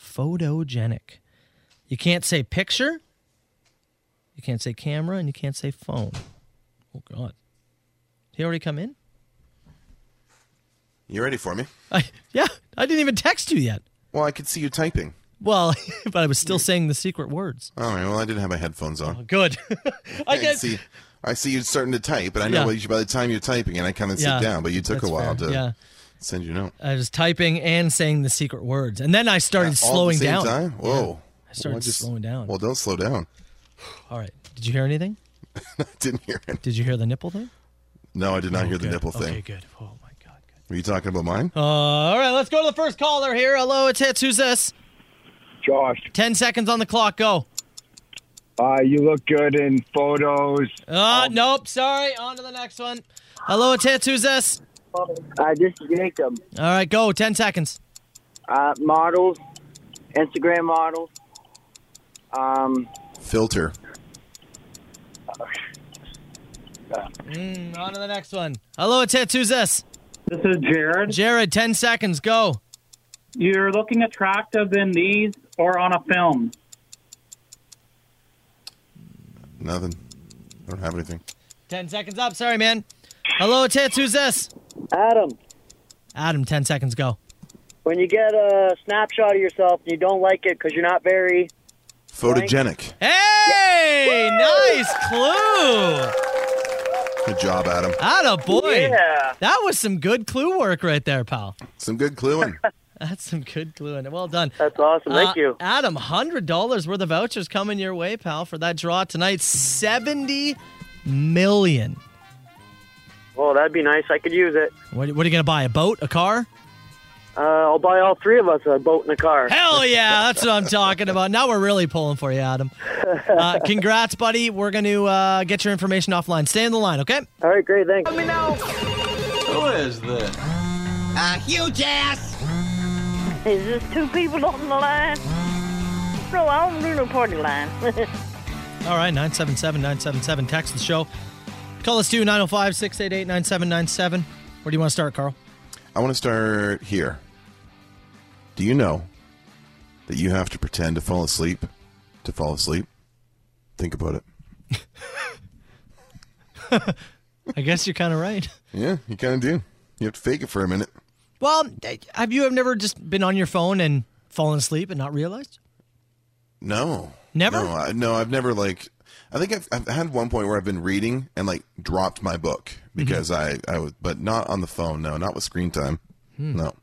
[SPEAKER 6] Photogenic. You can't say picture, you can't say camera, and you can't say phone. Oh, God. Did he already come in?
[SPEAKER 7] You ready for me?
[SPEAKER 6] Yeah, I didn't even text you yet.
[SPEAKER 7] Well, I could see you typing.
[SPEAKER 6] Well, but I was still saying the secret words.
[SPEAKER 7] All right. Well, I didn't have my headphones on.
[SPEAKER 6] Good. I
[SPEAKER 7] I see. I see you starting to type, and I know
[SPEAKER 6] Yeah.
[SPEAKER 7] by the- by the time you're typing, and I kind of sit
[SPEAKER 6] Yeah,
[SPEAKER 7] down. But you took a
[SPEAKER 6] that's
[SPEAKER 7] while
[SPEAKER 6] fair,
[SPEAKER 7] to
[SPEAKER 6] yeah.
[SPEAKER 7] send you a note.
[SPEAKER 6] I was typing and saying the secret words. And then I started
[SPEAKER 7] All at
[SPEAKER 6] slowing
[SPEAKER 7] the same
[SPEAKER 6] down.
[SPEAKER 7] Time?
[SPEAKER 6] Yeah.
[SPEAKER 7] Whoa!
[SPEAKER 6] I started
[SPEAKER 7] Well, just-
[SPEAKER 6] slowing down.
[SPEAKER 7] Well, don't slow down.
[SPEAKER 6] All right. Did you hear anything?
[SPEAKER 7] I didn't hear it.
[SPEAKER 6] Did you hear the nipple thing?
[SPEAKER 7] No, I did not
[SPEAKER 6] Oh,
[SPEAKER 7] hear the
[SPEAKER 6] good.
[SPEAKER 7] nipple thing. Oh.
[SPEAKER 6] Okay, good. Oh my god.
[SPEAKER 7] Were you talking about mine?
[SPEAKER 6] Uh, all right, let's go to the first caller here. Hello, it's Hits. Who's this?
[SPEAKER 16] Josh.
[SPEAKER 6] 10 seconds on the clock. Go.
[SPEAKER 16] Uh, you look good in photos.
[SPEAKER 18] Um,
[SPEAKER 6] Uh, nope. Sorry. On to the next one. Hello, it's Hits. Who's this?
[SPEAKER 18] Uh, this is Jacob.
[SPEAKER 6] All right, go. 10 seconds.
[SPEAKER 18] Uh, models, Instagram models. Um,
[SPEAKER 7] Filter.
[SPEAKER 6] Mm, on to the next one. Hello, it's Hits. Who's this?
[SPEAKER 19] This is Jared.
[SPEAKER 6] Jared, 10 seconds. Go.
[SPEAKER 19] You're looking attractive in these or on a film.
[SPEAKER 7] Nothing. I don't have anything.
[SPEAKER 6] 10 seconds up. Sorry, man. Hello, it's Hits. Who's this?
[SPEAKER 18] Adam,
[SPEAKER 6] Adam, 10 seconds. Go.
[SPEAKER 18] when you get a snapshot of yourself and you don't like it because you're not very.
[SPEAKER 7] Photogenic.
[SPEAKER 6] Hey! Nice clue.
[SPEAKER 7] Good job, Adam.
[SPEAKER 6] Atta boy.
[SPEAKER 18] Yeah.
[SPEAKER 6] That was some good clue work right there, pal.
[SPEAKER 7] Some good clueing.
[SPEAKER 6] That's some good clueing. Well done.
[SPEAKER 18] That's awesome.
[SPEAKER 6] Uh,
[SPEAKER 18] Thank you.
[SPEAKER 6] Adam, $100 worth of vouchers coming your way, pal, for that draw tonight. 70 million.
[SPEAKER 18] Well, that'd be nice. I could use it.
[SPEAKER 6] What, what are you going to buy? A boat? A car?
[SPEAKER 18] Uh, I'll buy all three of us a boat and a car.
[SPEAKER 6] Hell yeah. That's what I'm talking about. Now we're really pulling for you, Adam. Uh, congrats, buddy. We're going to uh, get your information offline. Stay on the line, okay?
[SPEAKER 18] All right, great. Thanks. Let
[SPEAKER 6] me know.
[SPEAKER 2] Who is this?
[SPEAKER 3] A huge ass.
[SPEAKER 8] Is this two people on the line? No, I don't do no party line.
[SPEAKER 6] All right, 977 977. Text the show. Call us too, 905 688 9797. Where do you want to start, Carl?
[SPEAKER 7] I want to start here. Do you know that you have to pretend to fall asleep to fall asleep? Think about it.
[SPEAKER 6] I guess you're kind of right.
[SPEAKER 7] Yeah, you kind of do. You have to fake it for a minute.
[SPEAKER 6] Well, d- have you have never just been on your phone and fallen asleep and not realized?
[SPEAKER 7] No,
[SPEAKER 6] Never?
[SPEAKER 7] No, I, no I've never like. I think I've, I've had one point where I've been reading and like dropped my book because I I was, but not on the phone. No, not with screen time.
[SPEAKER 6] Mm-hmm. Hmm.
[SPEAKER 7] No.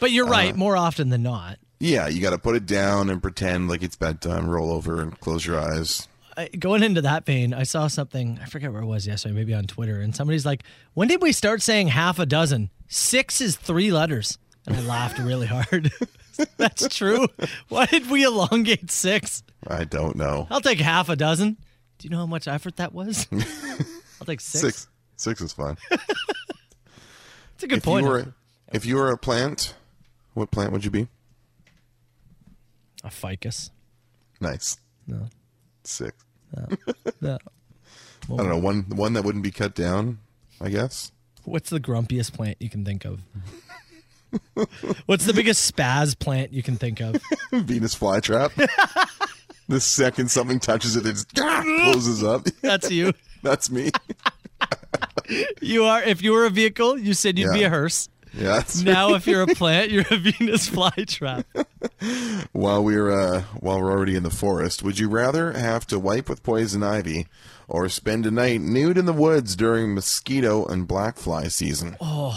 [SPEAKER 6] But you're
[SPEAKER 7] Uh,
[SPEAKER 6] right, more often than not.
[SPEAKER 7] Yeah, you got to put it down and pretend like it's bedtime. Roll over and close your eyes.
[SPEAKER 6] I, going into that vein, I saw something, I forget where it was yesterday, maybe on Twitter, and somebody's like, When did we start saying half a dozen? Six is three letters. And I laughed really hard. That's true. Why did we elongate six?
[SPEAKER 7] I don't know.
[SPEAKER 6] I'll take half a dozen. Do you know how much effort that was? I'll take six.
[SPEAKER 7] Six, six is fine.
[SPEAKER 6] It's a good
[SPEAKER 7] if
[SPEAKER 6] point.
[SPEAKER 7] You were, if you were a plant, what plant would you be?
[SPEAKER 6] A ficus.
[SPEAKER 7] Nice.
[SPEAKER 6] No.
[SPEAKER 7] Six. I
[SPEAKER 6] No.
[SPEAKER 7] don't know one one that wouldn't be cut down. I guess.
[SPEAKER 6] What's the grumpiest plant you can think of? What's the biggest spaz plant you can think of?
[SPEAKER 7] Venus flytrap. the second something touches it, it just ah, closes up.
[SPEAKER 6] That's you.
[SPEAKER 7] That's me.
[SPEAKER 6] You are, if you were a vehicle, you said you'd be
[SPEAKER 7] Yeah.
[SPEAKER 6] a hearse.
[SPEAKER 7] Yeah. that's
[SPEAKER 6] Now,
[SPEAKER 7] right.
[SPEAKER 6] if you're a plant, you're a Venus flytrap.
[SPEAKER 7] while we're uh, while we're already in the forest, would you rather have to wipe with poison ivy, or spend a night nude in the woods during mosquito and black fly season?
[SPEAKER 6] Oh,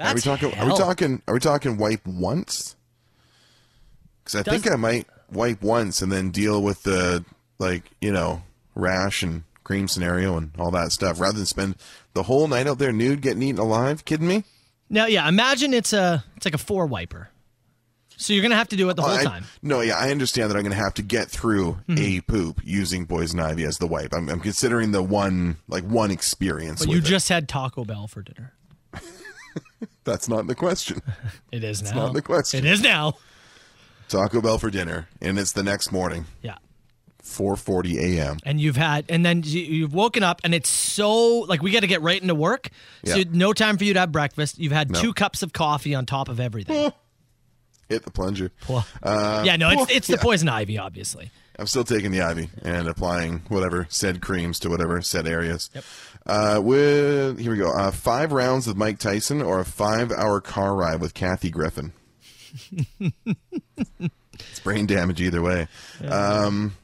[SPEAKER 7] are we
[SPEAKER 6] That's
[SPEAKER 7] talking? Are we
[SPEAKER 6] hell.
[SPEAKER 7] talking? Are we talking wipe once? Because I think I might wipe once and then deal with the like you know rash and cream scenario and all that stuff, rather than spend the whole night out there nude getting eaten alive. Kidding me?
[SPEAKER 6] now, yeah, imagine it's a, it's like a four wiper. So you're gonna have to do it the whole
[SPEAKER 7] I-
[SPEAKER 6] time. Mm-hmm.
[SPEAKER 7] no, yeah, I understand that I'm going to have to get through a poop using poison ivy as the wipe. I'm, I'm considering the one like one experience.
[SPEAKER 6] But
[SPEAKER 7] with
[SPEAKER 6] you
[SPEAKER 7] it.
[SPEAKER 6] just had Taco Bell for dinner.
[SPEAKER 7] that's not the question.
[SPEAKER 6] It is
[SPEAKER 7] It's
[SPEAKER 6] now.
[SPEAKER 7] not the question.
[SPEAKER 6] It is now.
[SPEAKER 7] Taco Bell for dinner, and it's the next morning,
[SPEAKER 6] Yeah.
[SPEAKER 7] 4:40 a.m.
[SPEAKER 6] and you've had and then you- you've woken up and it's so like we got to get right into work so
[SPEAKER 7] Yeah.
[SPEAKER 6] no time for you to have breakfast you've had
[SPEAKER 7] No.
[SPEAKER 6] two cups of coffee on top of everything
[SPEAKER 7] Hit the plunger. Uh,
[SPEAKER 6] yeah no it's,
[SPEAKER 7] whew,
[SPEAKER 6] it's
[SPEAKER 7] yeah.
[SPEAKER 6] the poison ivy obviously
[SPEAKER 7] I'm still taking the ivy and applying whatever said creams to whatever said areas. Yep. Uh, with here we go. Uh, five rounds with Mike Tyson or a five-hour car ride with Kathy Griffin. it's brain damage either way. Um,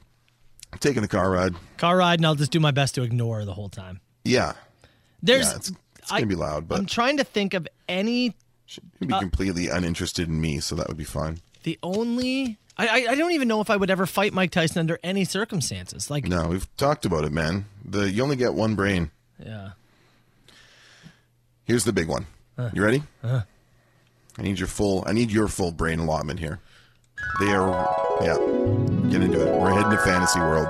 [SPEAKER 7] I'm taking the car ride.
[SPEAKER 6] car ride and i'll just do my best to ignore the whole time
[SPEAKER 7] Yeah,
[SPEAKER 6] there's
[SPEAKER 7] Yeah, it's gonna be loud, but
[SPEAKER 6] i'm trying to think of any
[SPEAKER 7] you'd be
[SPEAKER 6] uh,
[SPEAKER 7] completely uninterested in me, so that would be fine.
[SPEAKER 6] the only I, I i don't even know if i would ever fight mike tyson under any circumstances like
[SPEAKER 7] No, we've talked about it, man. The you only get one brain.
[SPEAKER 6] yeah
[SPEAKER 7] Here's the big one.
[SPEAKER 6] Huh.
[SPEAKER 7] You ready?
[SPEAKER 6] Huh.
[SPEAKER 7] I need your full. I need your full brain allotment here. They are. Yeah. Get into it. We're heading to fantasy world.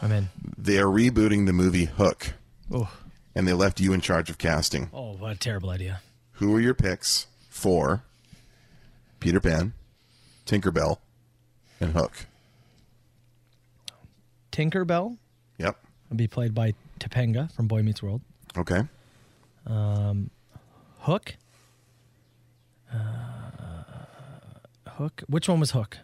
[SPEAKER 6] i'm in
[SPEAKER 7] They are rebooting the movie Hook,
[SPEAKER 6] oh
[SPEAKER 7] and they left you in charge of casting.
[SPEAKER 6] oh what a terrible idea
[SPEAKER 7] Who are your picks for Peter Pan, Tinkerbell, and Hook?
[SPEAKER 6] tinkerbell
[SPEAKER 7] Yep.
[SPEAKER 6] will be played by topanga from boy meets world
[SPEAKER 7] Okay.
[SPEAKER 6] Um, Hook. Uh, Hook. Which one was Hook?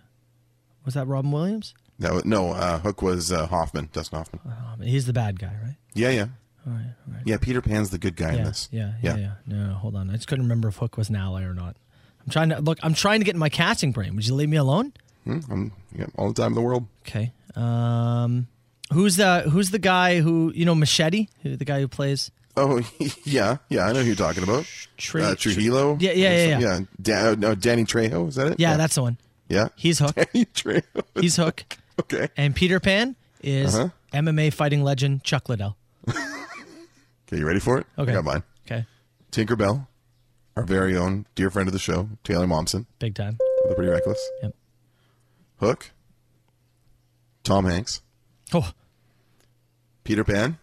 [SPEAKER 6] Was that Robin Williams?
[SPEAKER 7] That was, no. Uh, Hook was uh, Hoffman, Dustin Hoffman.
[SPEAKER 6] Um, he's the bad guy, right?
[SPEAKER 7] Yeah, yeah,
[SPEAKER 6] All right. All right.
[SPEAKER 7] yeah. Peter Pan's the good guy in
[SPEAKER 6] Yeah,
[SPEAKER 7] this.
[SPEAKER 6] yeah, yeah,
[SPEAKER 7] Yeah.
[SPEAKER 6] yeah. No, no, hold on. I just couldn't remember if Hook was an ally or not. I'm trying to look. I'm trying to get in my casting brain. Would you leave me alone?
[SPEAKER 7] Hmm, I'm, yeah all the time in the world.
[SPEAKER 6] Okay. Um, who's the Who's the guy who you know Machete? Who the guy who plays?
[SPEAKER 7] Oh yeah, yeah, I know who you're talking about.
[SPEAKER 6] Tre-
[SPEAKER 7] uh, Trujillo.
[SPEAKER 6] Yeah, yeah, yeah,
[SPEAKER 7] Or some-
[SPEAKER 6] yeah.
[SPEAKER 7] Da- uh, no, Danny Trejo is that it?
[SPEAKER 6] Yeah, that's the one.
[SPEAKER 7] yeah.
[SPEAKER 6] He's Hook.
[SPEAKER 7] Danny Trejo.
[SPEAKER 6] He's Hook.
[SPEAKER 7] okay.
[SPEAKER 6] And Peter Pan is
[SPEAKER 7] Uh-huh.
[SPEAKER 6] MMA fighting legend Chuck Liddell.
[SPEAKER 7] Okay, you ready for it?
[SPEAKER 6] Okay.
[SPEAKER 7] I got mine.
[SPEAKER 6] Okay.
[SPEAKER 7] Tinkerbell, our very own dear friend of the show, Taylor Momsen,
[SPEAKER 6] Big time.
[SPEAKER 7] of the Pretty Reckless.
[SPEAKER 6] Yep.
[SPEAKER 7] Hook. Tom Hanks.
[SPEAKER 6] Oh.
[SPEAKER 7] Peter Pan.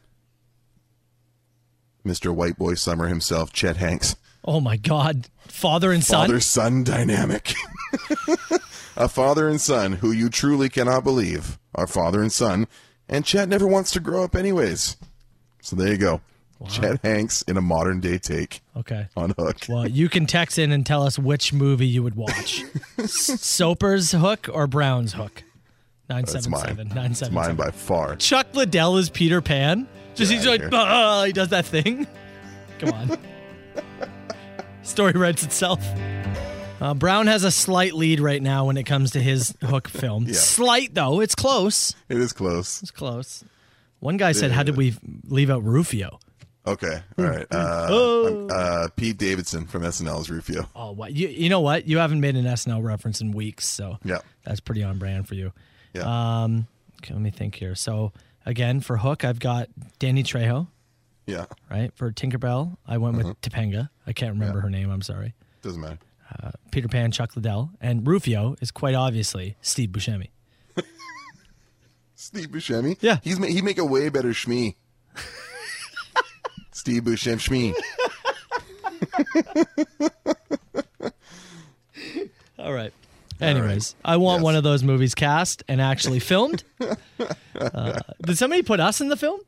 [SPEAKER 7] Mr. White Boy Summer himself, Chet Hanks.
[SPEAKER 6] Oh my God. Father and son.
[SPEAKER 7] Father son dynamic. a father and son who you truly cannot believe are father and son, and Chet never wants to grow up anyways. So there you go. Chet Hanks in a modern day take
[SPEAKER 6] Okay.
[SPEAKER 7] on Hook.
[SPEAKER 6] Well, you can text in and tell us which movie you would watch S- Soper's Hook or Brown's Hook?
[SPEAKER 7] That's mine.
[SPEAKER 6] 977
[SPEAKER 7] It's mine
[SPEAKER 6] 977.
[SPEAKER 7] by far.
[SPEAKER 6] Chuck Liddell is Peter Pan. Just
[SPEAKER 7] Get
[SPEAKER 6] he's
[SPEAKER 7] outta here.
[SPEAKER 6] like, "Ah," he does that thing. Come on. story writes itself. Uh, Brown has a slight lead right now when it comes to his hook film.
[SPEAKER 7] Yeah.
[SPEAKER 6] Slight though, it's close.
[SPEAKER 7] It is close.
[SPEAKER 6] It's close. One guy said, "How did we leave out Rufio?"
[SPEAKER 7] Okay. All right. Uh,
[SPEAKER 6] Oh.
[SPEAKER 7] uh, Pete Davidson from SNL's Rufio.
[SPEAKER 6] Oh, what you you know what? You haven't made an SNL reference in weeks, so
[SPEAKER 7] Yeah.
[SPEAKER 6] that's pretty on brand for you.
[SPEAKER 7] Yeah.
[SPEAKER 6] Um, okay, let me think here. So again, for Hook, I've got Danny Trejo.
[SPEAKER 7] Yeah.
[SPEAKER 6] Right for Tinkerbell, I went with Topanga. I can't remember her name. I'm sorry.
[SPEAKER 7] Doesn't matter.
[SPEAKER 6] Uh, Peter Pan, Chuck Liddell, and Rufio is quite obviously Steve Buscemi.
[SPEAKER 7] Steve Buscemi.
[SPEAKER 6] Yeah.
[SPEAKER 7] He's ma- he'd make a way better Shmi. Steve Buscemi. Shmi.
[SPEAKER 6] All right. Anyways, I want one of those movies cast and actually filmed. uh, did somebody put us in the film?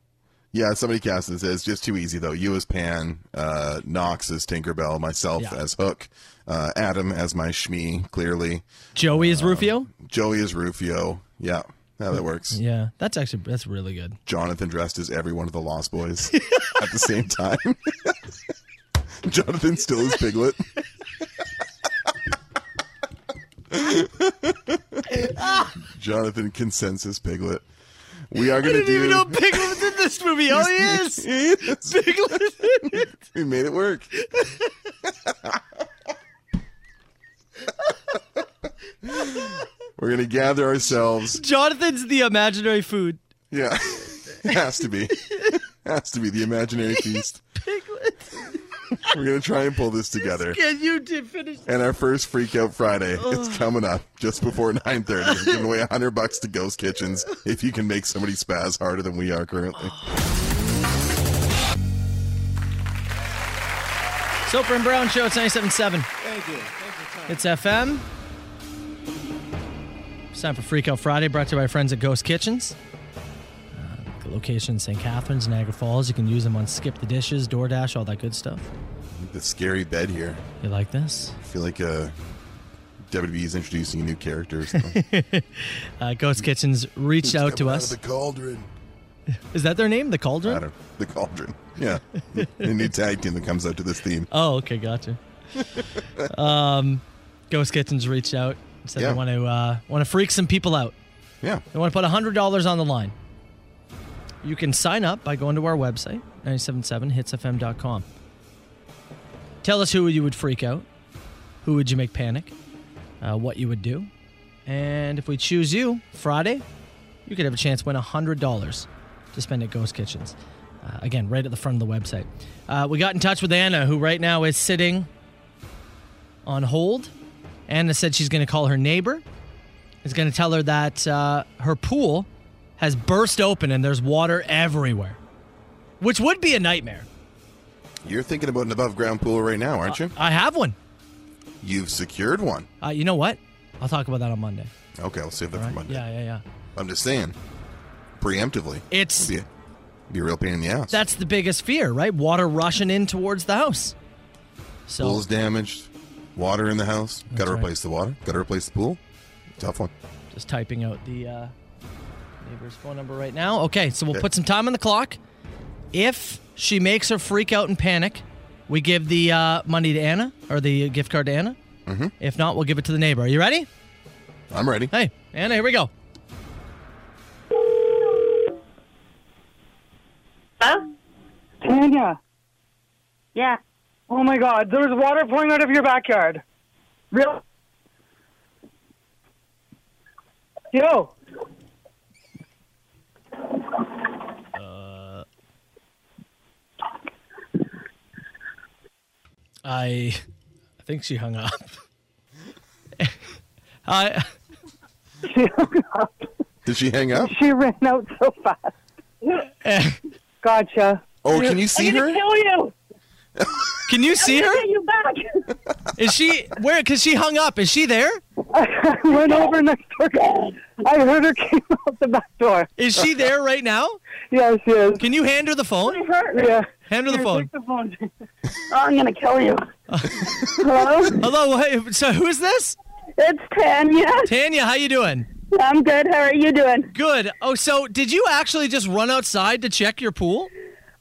[SPEAKER 7] Yeah, somebody cast it. It's just too easy though. You as Pan, uh, Knox as Tinkerbell, myself
[SPEAKER 6] Yeah.
[SPEAKER 7] as Hook, uh, Adam as my Shmi, clearly.
[SPEAKER 6] Joey is Rufio.
[SPEAKER 7] Joey as Rufio. Yeah. How that works.
[SPEAKER 6] Yeah, that's actually that's really good.
[SPEAKER 7] Jonathan dressed as every one of the Lost Boys at the same time. Jonathan still is Piglet. Jonathan consensus Piglet. We are going to do.
[SPEAKER 6] Piglet was in this movie.
[SPEAKER 2] Oh, he is.
[SPEAKER 6] Piglet is in it.
[SPEAKER 7] we made it work. We're going to gather ourselves.
[SPEAKER 6] Jonathan's the imaginary food.
[SPEAKER 7] Yeah, has to be. Has to be the imaginary feast.
[SPEAKER 6] Piglet.
[SPEAKER 7] We're going to try and pull this together.
[SPEAKER 6] Can you did finish?
[SPEAKER 7] and our first Freak Out Friday
[SPEAKER 6] Ugh.
[SPEAKER 7] is coming up just before 9.30. We're giving away 100 bucks to Ghost Kitchens if you can make somebody spaz harder than we are currently.
[SPEAKER 6] Soper and Brown Show. It's 97.7.
[SPEAKER 2] Thank you. Thank
[SPEAKER 6] It's FM. It's time for Freak Out Friday, brought to you by our friends at Ghost Kitchens. Uh, good location in St. Catharines, Niagara Falls. You can use them on Skip the Dishes, DoorDash, all that good stuff.
[SPEAKER 7] The scary bed here.
[SPEAKER 6] You like this?
[SPEAKER 7] I feel like uh, WWE's introducing a new character. or something.
[SPEAKER 6] Uh, Ghost Kitchens reached
[SPEAKER 7] Who's
[SPEAKER 6] out to
[SPEAKER 7] coming
[SPEAKER 6] us.
[SPEAKER 7] of the cauldron.
[SPEAKER 6] Is that their name? The Cauldron?
[SPEAKER 7] The cauldron. Yeah. a new tag team that comes out to this theme.
[SPEAKER 6] Oh, okay, gotcha. um, Ghost Kitchens reached out and said
[SPEAKER 7] Yeah.
[SPEAKER 6] they want to uh, want to freak some people out.
[SPEAKER 7] Yeah,
[SPEAKER 6] they want to put hundred dollars on the line. You can sign up by going to our website 977hitsfm.com. Tell us who you would freak out, who would you make panic, uh, what you would do, and if we choose you Friday, you could have a chance to win hundred dollars to spend at Ghost Kitchens. Uh, again, right at the front of the website. Uh, we got in touch with Anna, who right now is sitting on hold. Anna said she's going to call her neighbor. Is going to tell her that uh, her pool has burst open and there's water everywhere, which would be a nightmare.
[SPEAKER 7] You're thinking about an above ground pool right now, aren't you?
[SPEAKER 6] I have one.
[SPEAKER 7] You've secured one.
[SPEAKER 6] Uh, you know what? I'll talk about that on Monday.
[SPEAKER 7] Okay, I'll save that for Monday.
[SPEAKER 6] Yeah, yeah, yeah.
[SPEAKER 7] I'm just saying, preemptively.
[SPEAKER 6] It's-
[SPEAKER 7] Be a, be a real pain in the ass.
[SPEAKER 6] That's the biggest fear, right? Water rushing in towards the house. So
[SPEAKER 7] Pool's damaged. Water in the house. Got to replace the water. Got to replace the pool. Tough one.
[SPEAKER 6] Just typing out the uh, neighbor's phone number right now. Okay, so we'll put some time on the clock. If she makes her freak out and panic, we give the uh, money to Anna or the gift card to Anna. Mm-hmm. If not, we'll give it to the neighbor. Are you ready?
[SPEAKER 7] I'm ready.
[SPEAKER 6] Hey, Anna, here we go.
[SPEAKER 19] Tanya.
[SPEAKER 8] Yeah.
[SPEAKER 19] Oh my God, there's water pouring out of your backyard. Real. Yo.
[SPEAKER 6] I, I think she hung up. I,
[SPEAKER 19] She hung up.
[SPEAKER 7] Did she hang up?
[SPEAKER 19] She ran out so fast. gotcha.
[SPEAKER 7] Oh, can you see
[SPEAKER 19] I'm gonna
[SPEAKER 7] her?
[SPEAKER 19] Kill you.
[SPEAKER 6] can you see her?
[SPEAKER 19] Get you back.
[SPEAKER 6] Is she where? Cause she hung up. Is she there?
[SPEAKER 19] I went over next door. I heard her came out the back door.
[SPEAKER 6] Is she there right now?
[SPEAKER 19] Yes, yes.
[SPEAKER 6] Can you hand her the phone?
[SPEAKER 19] Yeah.
[SPEAKER 6] Hand her the
[SPEAKER 19] Here,
[SPEAKER 6] phone.
[SPEAKER 19] take the phone. I'm gonna kill you. Hello.
[SPEAKER 6] Hello. Hey, so who is this?
[SPEAKER 20] It's Tanya.
[SPEAKER 6] Tanya, how you doing?
[SPEAKER 20] I'm good. How are you doing?
[SPEAKER 6] Good. Oh, so did you actually just run outside to check your pool?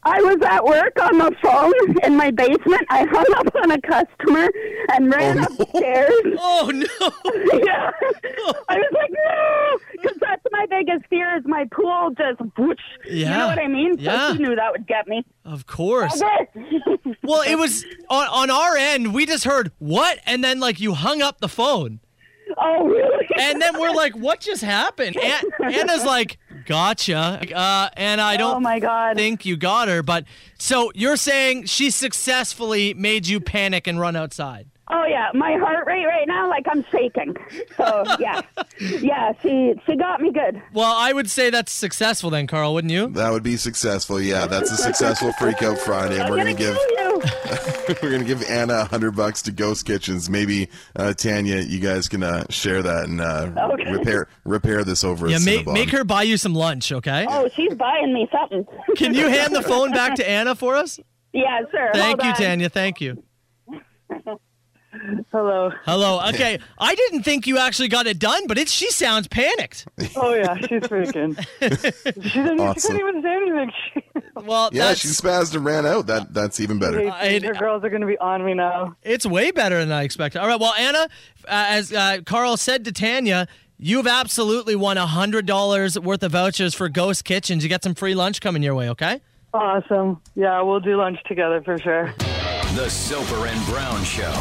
[SPEAKER 19] I was at work on the phone in my basement. I hung up on a customer and ran upstairs.
[SPEAKER 6] Oh no!
[SPEAKER 19] yeah, I was like, no, because that's my biggest fear is my pool just whoosh. You
[SPEAKER 6] Yeah.
[SPEAKER 19] know what I mean? So
[SPEAKER 6] Yeah.
[SPEAKER 19] she knew that would get me.
[SPEAKER 6] Of course.
[SPEAKER 19] Okay.
[SPEAKER 6] Well, it was on on our end. We just heard what, and then like you hung up the phone.
[SPEAKER 19] Oh, really?
[SPEAKER 6] And then we're like, "What just happened?" A- Anna's like, "Gotcha," uh, and I don't.
[SPEAKER 19] Oh, my God.
[SPEAKER 6] Think you got her, but so you're saying she successfully made you panic and run outside.
[SPEAKER 19] Oh yeah, my heart rate right now, like I'm shaking. So yeah, yeah, she she got me good.
[SPEAKER 6] Well, I would say that's successful then, Carl, wouldn't you?
[SPEAKER 7] That would be successful. Yeah, that's a successful Freak Out Friday. And we're gonna give we're gonna give Anna a hundred bucks to Ghost Kitchens. Maybe uh, Tanya, you guys can uh, share that and uh,
[SPEAKER 19] Okay.
[SPEAKER 7] repair repair this over.
[SPEAKER 6] Yeah,
[SPEAKER 7] at
[SPEAKER 6] make,
[SPEAKER 7] Cinnabon.
[SPEAKER 6] make her buy you some lunch, okay?
[SPEAKER 19] Oh, she's buying me something.
[SPEAKER 6] Can you hand the phone back to Anna for us?
[SPEAKER 19] Yeah, sure.
[SPEAKER 6] Thank
[SPEAKER 19] Hold
[SPEAKER 6] you,
[SPEAKER 19] on.
[SPEAKER 6] Tanya. Thank you.
[SPEAKER 19] Hello.
[SPEAKER 6] Hello. Okay, I didn't think you actually got it done, but it she sounds panicked.
[SPEAKER 19] Oh yeah, she's freaking. she, didn't,
[SPEAKER 7] Awesome.
[SPEAKER 19] even say anything.
[SPEAKER 6] well,
[SPEAKER 7] Yeah, she spazzed and ran out. That that's even better.
[SPEAKER 6] her
[SPEAKER 19] girls are going to be on me now.
[SPEAKER 6] It's way better than I expected. All right, well, Anna, uh, as uh, Carl said to Tanya, you've absolutely won $100 worth of vouchers for Ghost Kitchens. You got some free lunch coming your way, okay?
[SPEAKER 19] Awesome. Yeah, we'll do lunch together for sure.
[SPEAKER 2] The Soper and Brown Show.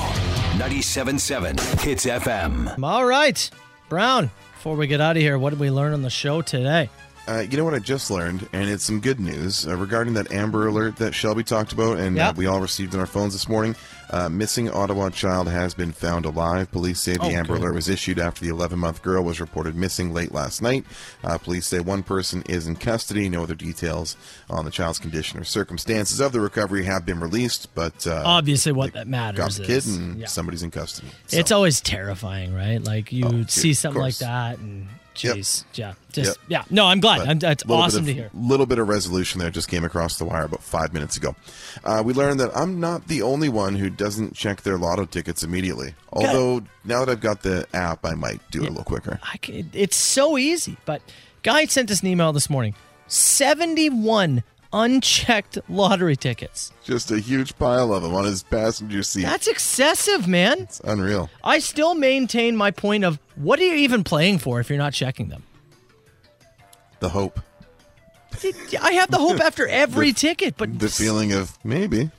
[SPEAKER 2] 97.7 Hits FM.
[SPEAKER 6] All right, Brown, before we get out of here, what did we learn on the show today?
[SPEAKER 7] Uh, you know what I just learned, and it's some good news uh, regarding that Amber Alert that Shelby talked about, and
[SPEAKER 6] Yeah.
[SPEAKER 7] uh, we all received on our phones this morning. Uh, missing Ottawa child has been found alive. Police say the
[SPEAKER 20] Oh,
[SPEAKER 7] Amber
[SPEAKER 20] good.
[SPEAKER 7] Alert was issued after the 11-month girl was reported missing late last night. Uh, police say one person is in custody. No other details on the child's condition or circumstances of the recovery have been released, but uh,
[SPEAKER 6] Obviously, what
[SPEAKER 7] got
[SPEAKER 6] that matters
[SPEAKER 7] the kid,
[SPEAKER 6] is.
[SPEAKER 7] and
[SPEAKER 6] yeah.
[SPEAKER 7] somebody's in custody.
[SPEAKER 6] It's always terrifying, right? Like you see
[SPEAKER 7] Oh, of
[SPEAKER 6] something like
[SPEAKER 7] course.
[SPEAKER 6] that, and jeez, yeah,
[SPEAKER 7] Yep.
[SPEAKER 6] just yeah. No, I'm glad.
[SPEAKER 7] But
[SPEAKER 6] I'm, that's
[SPEAKER 7] little bit
[SPEAKER 6] awesome
[SPEAKER 7] of-
[SPEAKER 6] to hear.
[SPEAKER 7] Little bit of resolution there just came across the wire about five minutes ago. Uh, we learned that I'm not the only one who doesn't check their lotto tickets immediately. Although now that I've got the app, I might do it a little quicker.
[SPEAKER 6] I c- It's so easy. But guy sent us an email this morning. Seventy-one unchecked lottery tickets.
[SPEAKER 7] Just a huge pile of them on his passenger seat.
[SPEAKER 6] That's excessive, man.
[SPEAKER 7] it's unreal.
[SPEAKER 6] I still maintain my point of what are you even playing for if you're not checking them?
[SPEAKER 7] The hope,
[SPEAKER 6] I have the hope after every
[SPEAKER 7] The-
[SPEAKER 6] ticket, but
[SPEAKER 7] the feeling of maybe.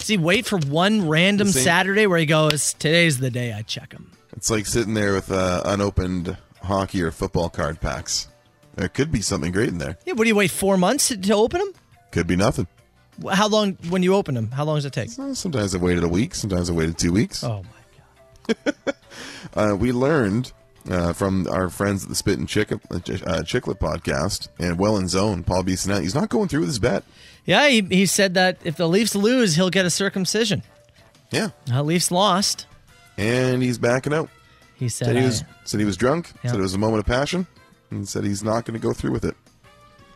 [SPEAKER 6] see, wait for one random
[SPEAKER 7] Same.
[SPEAKER 6] Saturday where he goes, "Today's the day I check them."
[SPEAKER 7] It's like sitting there with uh, unopened hockey or football card packs. There could be something great in there.
[SPEAKER 6] Yeah, what do you wait four months to- to open them?
[SPEAKER 7] Could be nothing.
[SPEAKER 6] How long when you open them? How long does it take?
[SPEAKER 7] Sometimes I waited a week. Sometimes I waited two weeks.
[SPEAKER 6] Oh my
[SPEAKER 7] god! uh, we learned uh, from our friends at the Spit and Chick- uh, Chicklet podcast and Well in Zone, Paul B. Sinet, he's not going through with his bet.
[SPEAKER 6] Yeah, he, he said that if the Leafs lose, he'll get a circumcision.
[SPEAKER 7] Yeah,
[SPEAKER 6] the Leafs lost.
[SPEAKER 7] and he's backing out.
[SPEAKER 6] He said,
[SPEAKER 7] he
[SPEAKER 6] I-
[SPEAKER 7] was said he was drunk.
[SPEAKER 6] Yeah.
[SPEAKER 7] Said it was a moment of passion, and said he's not going to go through with it.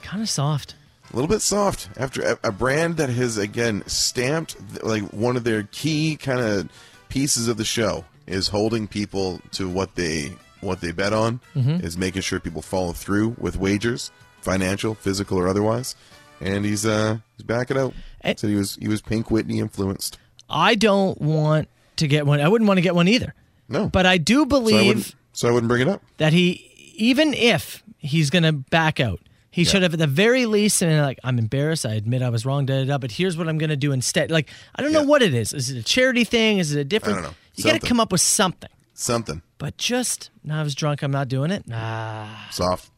[SPEAKER 6] Kind of soft.
[SPEAKER 7] A little bit soft after a, a brand that has again stamped th- like one of their key kind of pieces of the show is holding people to what they what they bet on
[SPEAKER 6] Mm-hmm.
[SPEAKER 20] Mhm.
[SPEAKER 7] is making sure people follow through with wagers, financial, physical, or otherwise. And he's uh he's backing out.
[SPEAKER 6] Eh.
[SPEAKER 7] so he was he was Pink Whitney influenced.
[SPEAKER 6] I don't want to get one. I wouldn't want to get one either.
[SPEAKER 7] No.
[SPEAKER 6] But I
[SPEAKER 7] So
[SPEAKER 6] do
[SPEAKER 7] I wouldn't,
[SPEAKER 6] believe
[SPEAKER 7] so I wouldn't bring it up.
[SPEAKER 6] that he, even if he's going to back out, he should have at the very least, and like, I'm embarrassed. I admit I was wrong, da da da, but here's what I'm going to do instead. Like, I don't know what it is. Is it a charity thing? Is it a different?
[SPEAKER 7] I don't know.
[SPEAKER 6] You got to
[SPEAKER 7] Something.
[SPEAKER 6] come up with something.
[SPEAKER 7] Something.
[SPEAKER 6] But just, nah, I was drunk. I'm not doing it. Nah.
[SPEAKER 7] Soft.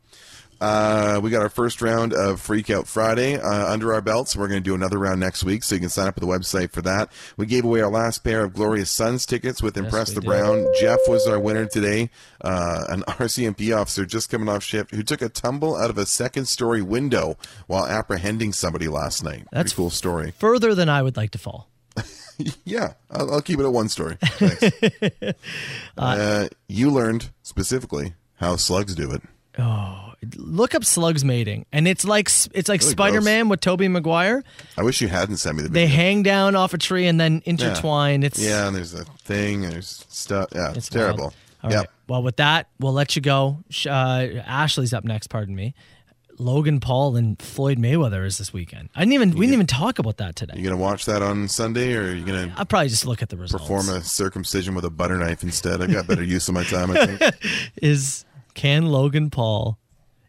[SPEAKER 7] Uh, we got our first round of Freak Out Friday uh, under our belts. We're going to do another round next week, so you can sign up at the website for that. We gave away our last pair of Glorious Sons tickets with Impress
[SPEAKER 20] we
[SPEAKER 7] the
[SPEAKER 20] did.
[SPEAKER 7] Brown. Jeff was our winner today, uh, an RCMP officer just coming off shift who took a tumble out of a second story window while apprehending somebody last night. That's Pretty cool story.
[SPEAKER 6] Further than I would like to fall.
[SPEAKER 7] Yeah, I'll, I'll keep it at one story. Thanks. uh, you learned specifically how slugs do it.
[SPEAKER 6] Oh, look up slugs mating, and it's like it's like
[SPEAKER 7] Really
[SPEAKER 6] Spider Man with Tobey Maguire.
[SPEAKER 7] I wish you hadn't sent me the
[SPEAKER 6] They hang down off a tree and then intertwine.
[SPEAKER 7] Yeah.
[SPEAKER 6] It's
[SPEAKER 7] yeah, and there's a thing, and there's stuff. Yeah, it's
[SPEAKER 6] wild.
[SPEAKER 7] terrible.
[SPEAKER 6] All
[SPEAKER 7] yeah,
[SPEAKER 6] right. Well, with that, we'll let you go. Sh- Uh, Ashley's up next. Pardon me. Logan Paul and Floyd Mayweather is this weekend. I didn't even we didn't even talk about that today.
[SPEAKER 7] You gonna watch that on Sunday, or are you gonna?
[SPEAKER 6] I'll probably just look at the results.
[SPEAKER 7] Perform a circumcision with a butter knife instead. I've got better use of my time. I think.
[SPEAKER 6] is can Logan Paul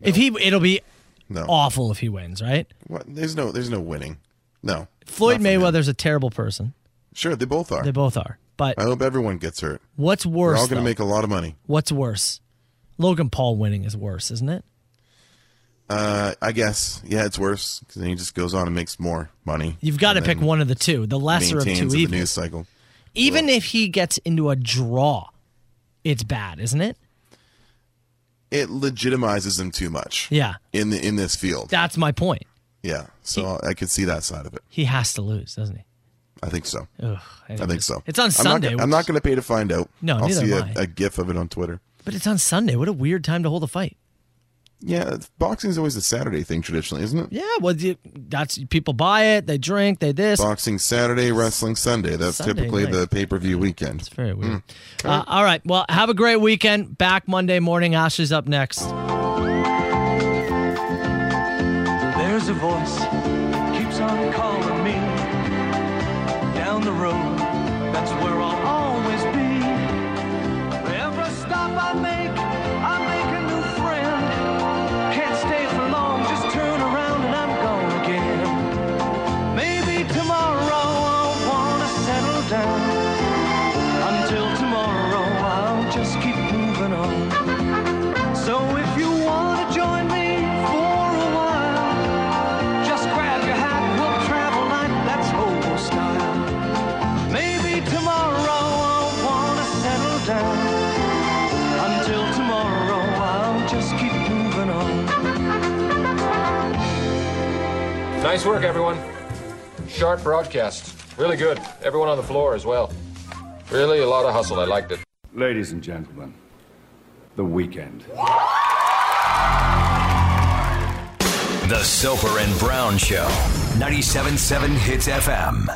[SPEAKER 6] if he it'll be
[SPEAKER 7] No.
[SPEAKER 6] awful if he wins, right?
[SPEAKER 7] What? There's no. There's no winning. No.
[SPEAKER 6] Floyd Mayweather's a terrible person.
[SPEAKER 7] Sure, they both are.
[SPEAKER 6] They both are. But
[SPEAKER 7] I hope everyone gets hurt.
[SPEAKER 6] What's worse?
[SPEAKER 7] We're all gonna
[SPEAKER 6] though?
[SPEAKER 7] make a lot of money.
[SPEAKER 6] What's worse? Logan Paul winning is worse, isn't it?
[SPEAKER 7] Uh, I guess. Yeah, it's worse because then he just goes on and makes more money.
[SPEAKER 6] You've got to
[SPEAKER 7] And
[SPEAKER 6] pick
[SPEAKER 7] then
[SPEAKER 6] one of the two, the lesser of
[SPEAKER 7] maintains
[SPEAKER 6] two
[SPEAKER 7] the
[SPEAKER 6] evils.
[SPEAKER 7] news cycle.
[SPEAKER 6] Even if he gets into a draw, it's bad, isn't it?
[SPEAKER 7] It legitimizes him too much.
[SPEAKER 6] Yeah.
[SPEAKER 7] In the in this field.
[SPEAKER 6] That's my point.
[SPEAKER 7] Yeah. So I could see that side of it.
[SPEAKER 6] He has to lose, doesn't he?
[SPEAKER 7] I think so.
[SPEAKER 6] Ugh,
[SPEAKER 7] I think so.
[SPEAKER 6] It's on
[SPEAKER 7] I'm not
[SPEAKER 6] Sunday,
[SPEAKER 7] gonna-
[SPEAKER 6] which-
[SPEAKER 7] I'm not going to pay to find out.
[SPEAKER 6] No,
[SPEAKER 7] I'll
[SPEAKER 6] neither
[SPEAKER 7] see
[SPEAKER 6] am
[SPEAKER 7] a,
[SPEAKER 6] I.
[SPEAKER 7] a gif of it on Twitter.
[SPEAKER 6] But it's on Sunday. What a weird time to hold a fight.
[SPEAKER 7] Yeah, boxing's always a Saturday thing traditionally, isn't it?
[SPEAKER 6] Yeah, well, you, that's people buy it, they drink, they this.
[SPEAKER 7] Boxing Saturday, wrestling Sunday. That's
[SPEAKER 6] Sunday
[SPEAKER 7] typically
[SPEAKER 6] night.
[SPEAKER 7] the pay per view weekend. It's
[SPEAKER 6] very weird. Uh, all right. Well, have a great weekend. Back Monday morning. Ashley's up next.
[SPEAKER 3] There's a voice keeps on calling me down the road. That's where I'll always be. Every stop I make, I make a new friend. Can't stay for long, just turn around and I'm gone again. Maybe tomorrow I'll wanna settle down. Until tomorrow I'll just keep moving on. So if you wanna join me for a while. Just grab your hat, we'll travel like that's old style. Maybe tomorrow I'll wanna settle down. Until tomorrow I'll just keep moving on.
[SPEAKER 20] Nice work, everyone. Sharp broadcast. Really good. Everyone on the floor as well. Really a lot of hustle. I liked it.
[SPEAKER 21] Ladies and gentlemen, the weekend.
[SPEAKER 2] The Soper and Brown Show. 97.7 Hits FM.